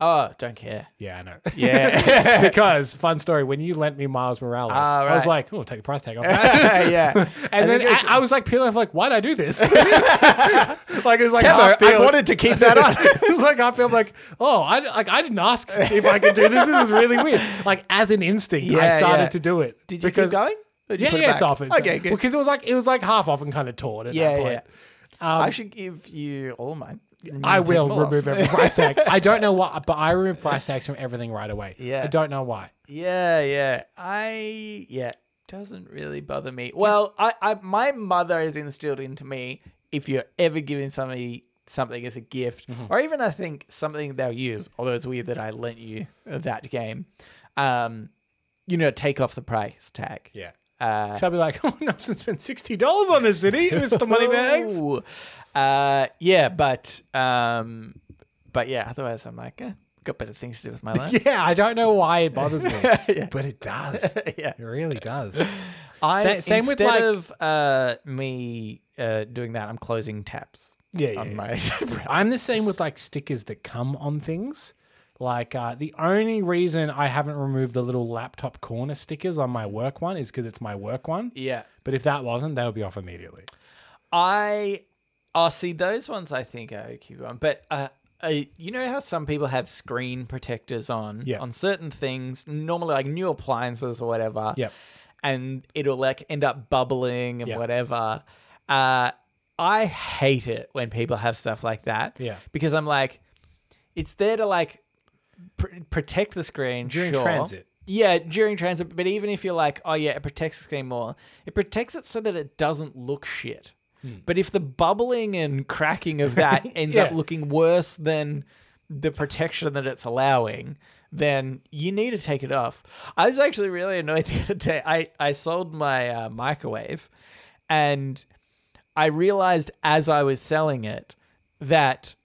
oh, don't care. Yeah, I know. Yeah. because fun story, when you lent me Miles Morales, Ah, I was right. like, "Oh, take the price tag off." and yeah. then think it was- I, I was like, peeling off, like, why'd I do this?" like it was like Hello, half I peeled. wanted to keep that on. it's like I feel like, oh, I like I didn't ask if I could do this. This is really weird. Like as an instinct, I Yeah, started yeah. to do it. Did you keep going? Or did you Yeah, put it yeah, it's back? off. It's okay, good. Because it was like it was like half off and kind of torn at yeah, that point. yeah. Um, I should give you all mine. And you I can take will them all Mm-hmm. off. remove every price tag. I don't know why, but I remove price tags from everything right away. Yeah. I don't know why. Yeah, yeah. I yeah, doesn't really bother me. Well, I, I my mother has instilled into me if you're ever giving somebody something as a gift, Mm-hmm. or even I think something they'll use, although it's weird that I lent you that game. Um, you know, take off the price tag. Yeah. Uh, So I'll be like, oh, Nobson spent sixty dollars on this, did he, Mr. Moneybags? Ooh. Uh, yeah, but um, but yeah. Otherwise, I'm like, eh, got better things to do with my life. Yeah, I don't know why it bothers me, Yeah. but it does. yeah. It really does. I Sa- same with, instead like- of uh, me uh, doing that, I'm closing tabs Yeah, yeah. on yeah. my. I'm the same with like stickers that come on things. Like uh, the only reason I haven't removed the little laptop corner stickers on my work one is because it's my work one. yeah, But if that wasn't, they would be off immediately. I. Oh, see, those ones I think I would keep on, but uh, I, you know how some people have screen protectors on Yeah. on certain things, normally like new appliances or whatever. Yep. and it'll like end up bubbling and Yeah. whatever. Uh, I hate it when people have stuff like that. Yeah. because I'm like, it's there to like pr- protect the screen During sure. transit. Yeah, during transit. But even if you're like, oh yeah, it protects the screen more. It protects it so that it doesn't look shit. But if the bubbling and cracking of that ends up Yeah. looking worse than the protection that it's allowing, then you need to take it off. I was actually really annoyed the other day. I, I sold my uh, microwave and I realized as I was selling it that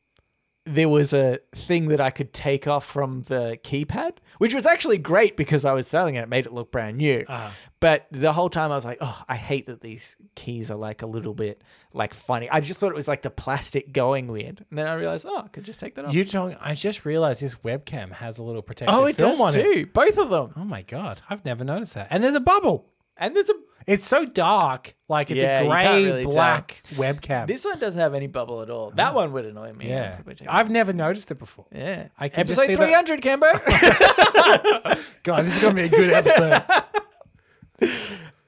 there was a thing that I could take off from the keypad, which was actually great because I was selling it. It made it look brand new. Uh-huh. But the whole time I was like, oh, I hate that these keys are like a little bit like funny. I just thought it was like the plastic going weird. And then I realized, oh, I could just take that off. You don't. I just realized this webcam has a little protective oh, it film does on too. it. Both of them. Oh my god, I've never noticed that. And there's a bubble. And there's a. It's so dark, like it's Yeah, a you can't grey really tell. black webcam. This one doesn't have any bubble at all. That one would annoy me. I'd yeah, probably take it I've never noticed it before. off. yeah. I can just Episode see that- 300, Cambo. God, this is gonna be a good episode.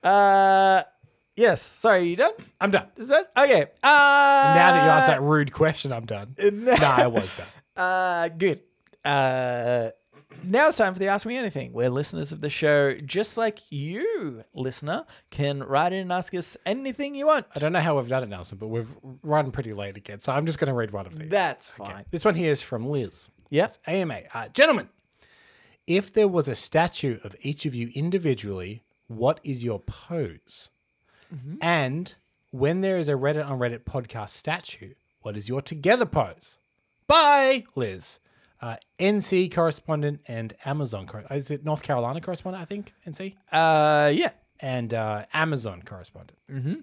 uh, yes. Sorry, you done? I'm done. Is that okay? Uh, now Now that you asked that rude question, I'm done. No, I was done. Uh, good. Uh, now it's time for the Ask Me Anything, where listeners of the show, just like you, listener, can write in and ask us anything you want. I don't know how we've done it, Nelson, but we've run pretty late again. So I'm just gonna read one of these. That's fine. This one here is from Liz. Yep. AMA. Uh, gentlemen, if there was a statue of each of you individually, what is your pose? And when there is a Reddit on Reddit podcast statue, what is your together pose? Bye, Liz. Uh, NC correspondent and Amazon. Cor- uh, is it North Carolina correspondent, I think? NC? Uh, yeah. And uh, Amazon correspondent. Mm-hmm.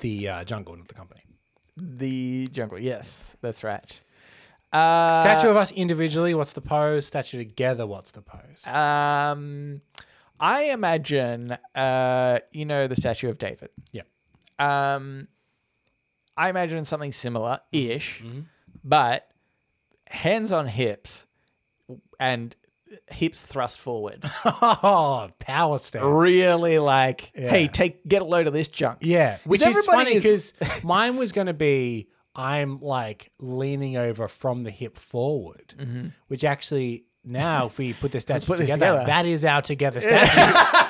The uh, jungle, not the company. The jungle. Yes, that's right. Uh, Statue of us individually, what's the pose? Statue together, what's the pose? uh, Um, I imagine, uh, you know, the statue of David. yeah. Um, I imagine something similar ish, Mm-hmm. but hands on hips and hips thrust forward. Oh, power stance. really like, hey, take get a load of this junk. yeah. Which is everybody funny is- because mine was going to be I'm like leaning over from the hip forward, which actually now if we put the statue Mm-hmm. put this together, together. that is our together statue.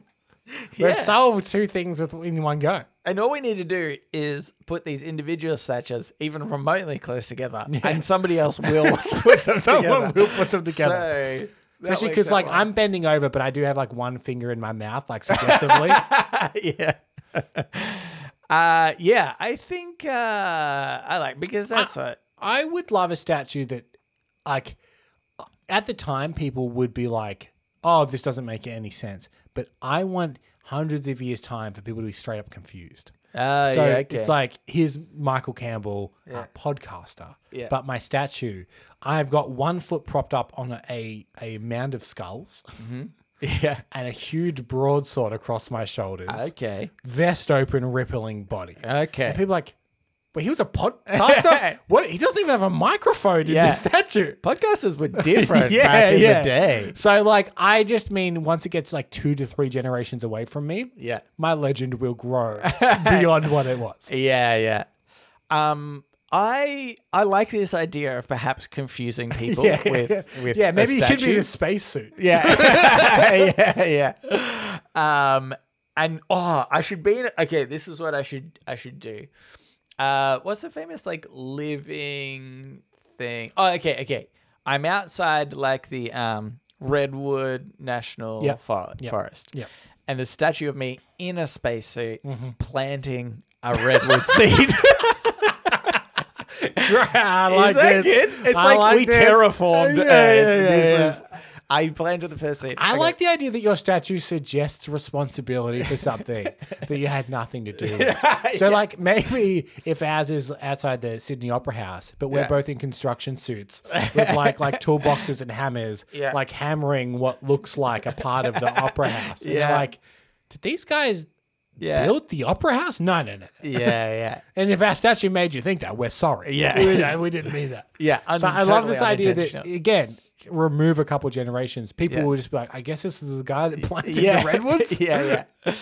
We've solved two things with in one go. And all we need to do is put these individual statues even remotely close together, and somebody else will put them Someone together. will put them together. So, that Especially works because out like well. I'm bending over, but I do have like one finger in my mouth, like suggestively. yeah. uh yeah, I think uh I like because that's what I would love a statue that, like, at the time people would be like, "Oh, this doesn't make any sense." But I want hundreds of years time for people to be straight up confused. uh, so it's like here's Michael Campbell, uh, podcaster, Yeah. but my statue, I've got one foot propped up on a a mound of skulls yeah. and a huge broadsword across my shoulders, Okay. vest open, rippling body. Okay. And people are like, but he was a podcaster. what? He doesn't even have a microphone in Yeah. this statue. Podcasters were different Yeah, back in yeah. the day. So, like, I just mean once it gets like two to three generations away from me, Yeah. my legend will grow beyond what it was. Yeah, yeah. Um I I like this idea of perhaps confusing people Yeah, with with yeah, a maybe he could be statue. in a spacesuit. Yeah. yeah, yeah. Um and oh, I should be in okay, this is what I should I should do. Uh what's the famous like living thing? Oh, okay, okay. I'm outside like the um Redwood National Yep. Fore- Yep. Forest. Yep. And the statue of me in a spacesuit Mm-hmm. planting a redwood seed. I Is that good? It's I like, like we this. terraformed. Earth. Yeah, yeah, yeah, this uh, yeah. is I planted the first seed. I Okay. like the idea that your statue suggests responsibility for something that you had nothing to do with. so, like, maybe if ours is outside the Sydney Opera House, but we're Yeah. both in construction suits with like like toolboxes and hammers, Yeah. like hammering what looks like a part of the Opera House. And they're Yeah. Uh, like, did these guys yeah. build the Opera House? No, no, no. no. Yeah, yeah. And if our statue made you think that, we're sorry. Yeah. we, no, we didn't mean that. Yeah, So I love this idea that unintentional. again, remove a couple generations, people Yeah. will just be like, "I guess this is the guy that planted yeah, the redwoods." yeah, yeah.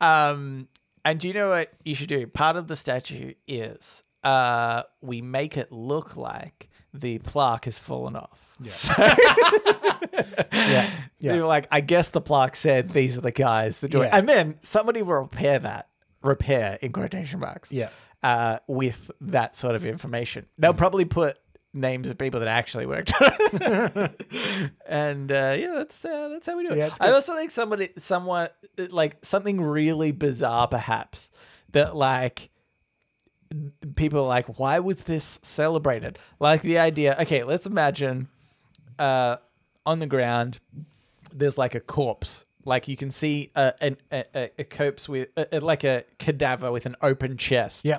Um, and do you know what you should do? Part of the statue is uh, we make it look like the plaque has fallen off. So yeah, yeah. they were like, I guess the plaque said these are the guys that do it, Yeah. and then somebody will repair that repair in quotation marks. Yeah. uh, with that sort of information, they'll Mm. probably put names of people that actually worked on it. and uh, yeah that's uh, that's how we do it Yeah, it's i good. also think somebody someone like something really bizarre perhaps that like people are like why was this celebrated like the idea okay let's imagine uh on the ground there's like a corpse like you can see a an, a, a, a corpse with a, a- like a cadaver with an open chest Yeah.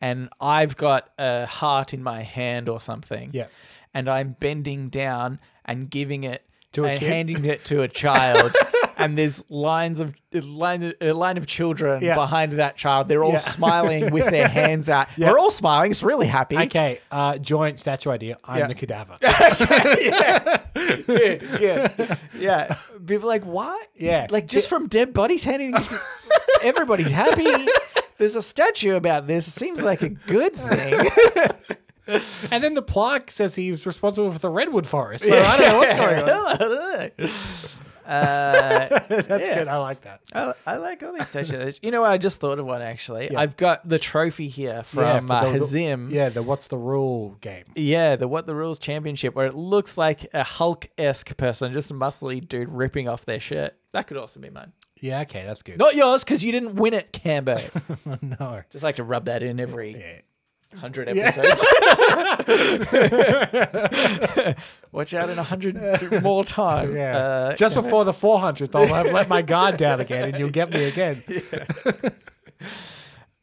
and I've got a heart in my hand or something. Yeah. And I'm bending down and giving it To a and kid? handing it to a child. and there's lines of line a line of children Yeah. behind that child. They're all Yeah. smiling with their hands out. We're all smiling. It's really happy. Okay, uh, joint statue idea. I'm Yeah. the cadaver. Yeah. Yeah. People are like, what? Yeah. Like just from dead bodies handing everybody's happy. There's a statue about this. It seems like a good thing. and then the plaque says he was responsible for the redwood forest. So I don't know what's going on. I don't know. Uh, That's Yeah. good. I like that. I, I like all these statues. You know, what? I just thought of one actually. I've got the trophy here Yeah, from for uh, the- Hazim. Yeah, the what's the rule game. Yeah, the What the Rules Championship, where it looks like a Hulk esque person, just a muscly dude ripping off their shirt. That could also be mine. Yeah, okay, that's good. Not yours, because you didn't win it, Cambo. no. just like to rub that in every hundred Yeah. episodes. Watch out in a hundred more times. Yeah. Uh, Just before the 400th, I'll have let my guard down again and you'll get me again.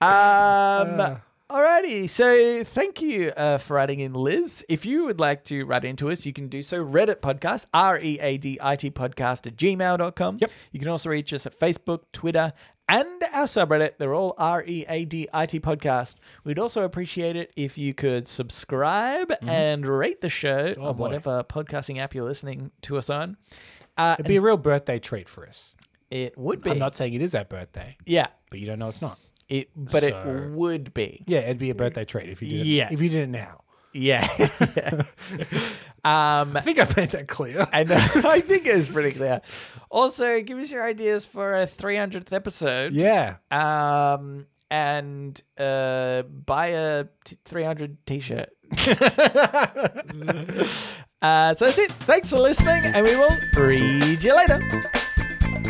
Um, Alrighty, so thank you uh, for writing in, Liz. If you would like to write into us, you can do so. Reddit podcast, R E A D I T podcast at gmail.com. Yep. You can also reach us at Facebook, Twitter, and our subreddit. They're all R E A D I T podcast. We'd also appreciate it if you could subscribe and rate the show on Mm-hmm. Oh, boy. whatever podcasting app you're listening to us on. Uh, It'd be a real birthday treat for us. it would be. I'm not saying it is our birthday, yeah. but you don't know it's not. It, but So- it would be. Yeah, it'd be a birthday treat if you did it. Yeah. If you did it now. Yeah. um, I think I've made that clear. and I think it's pretty clear. Also, give us your ideas for a 300th episode. yeah. Um, and uh, buy a t- 300 t-shirt. uh, so that's it. Thanks for listening, and we will read you later.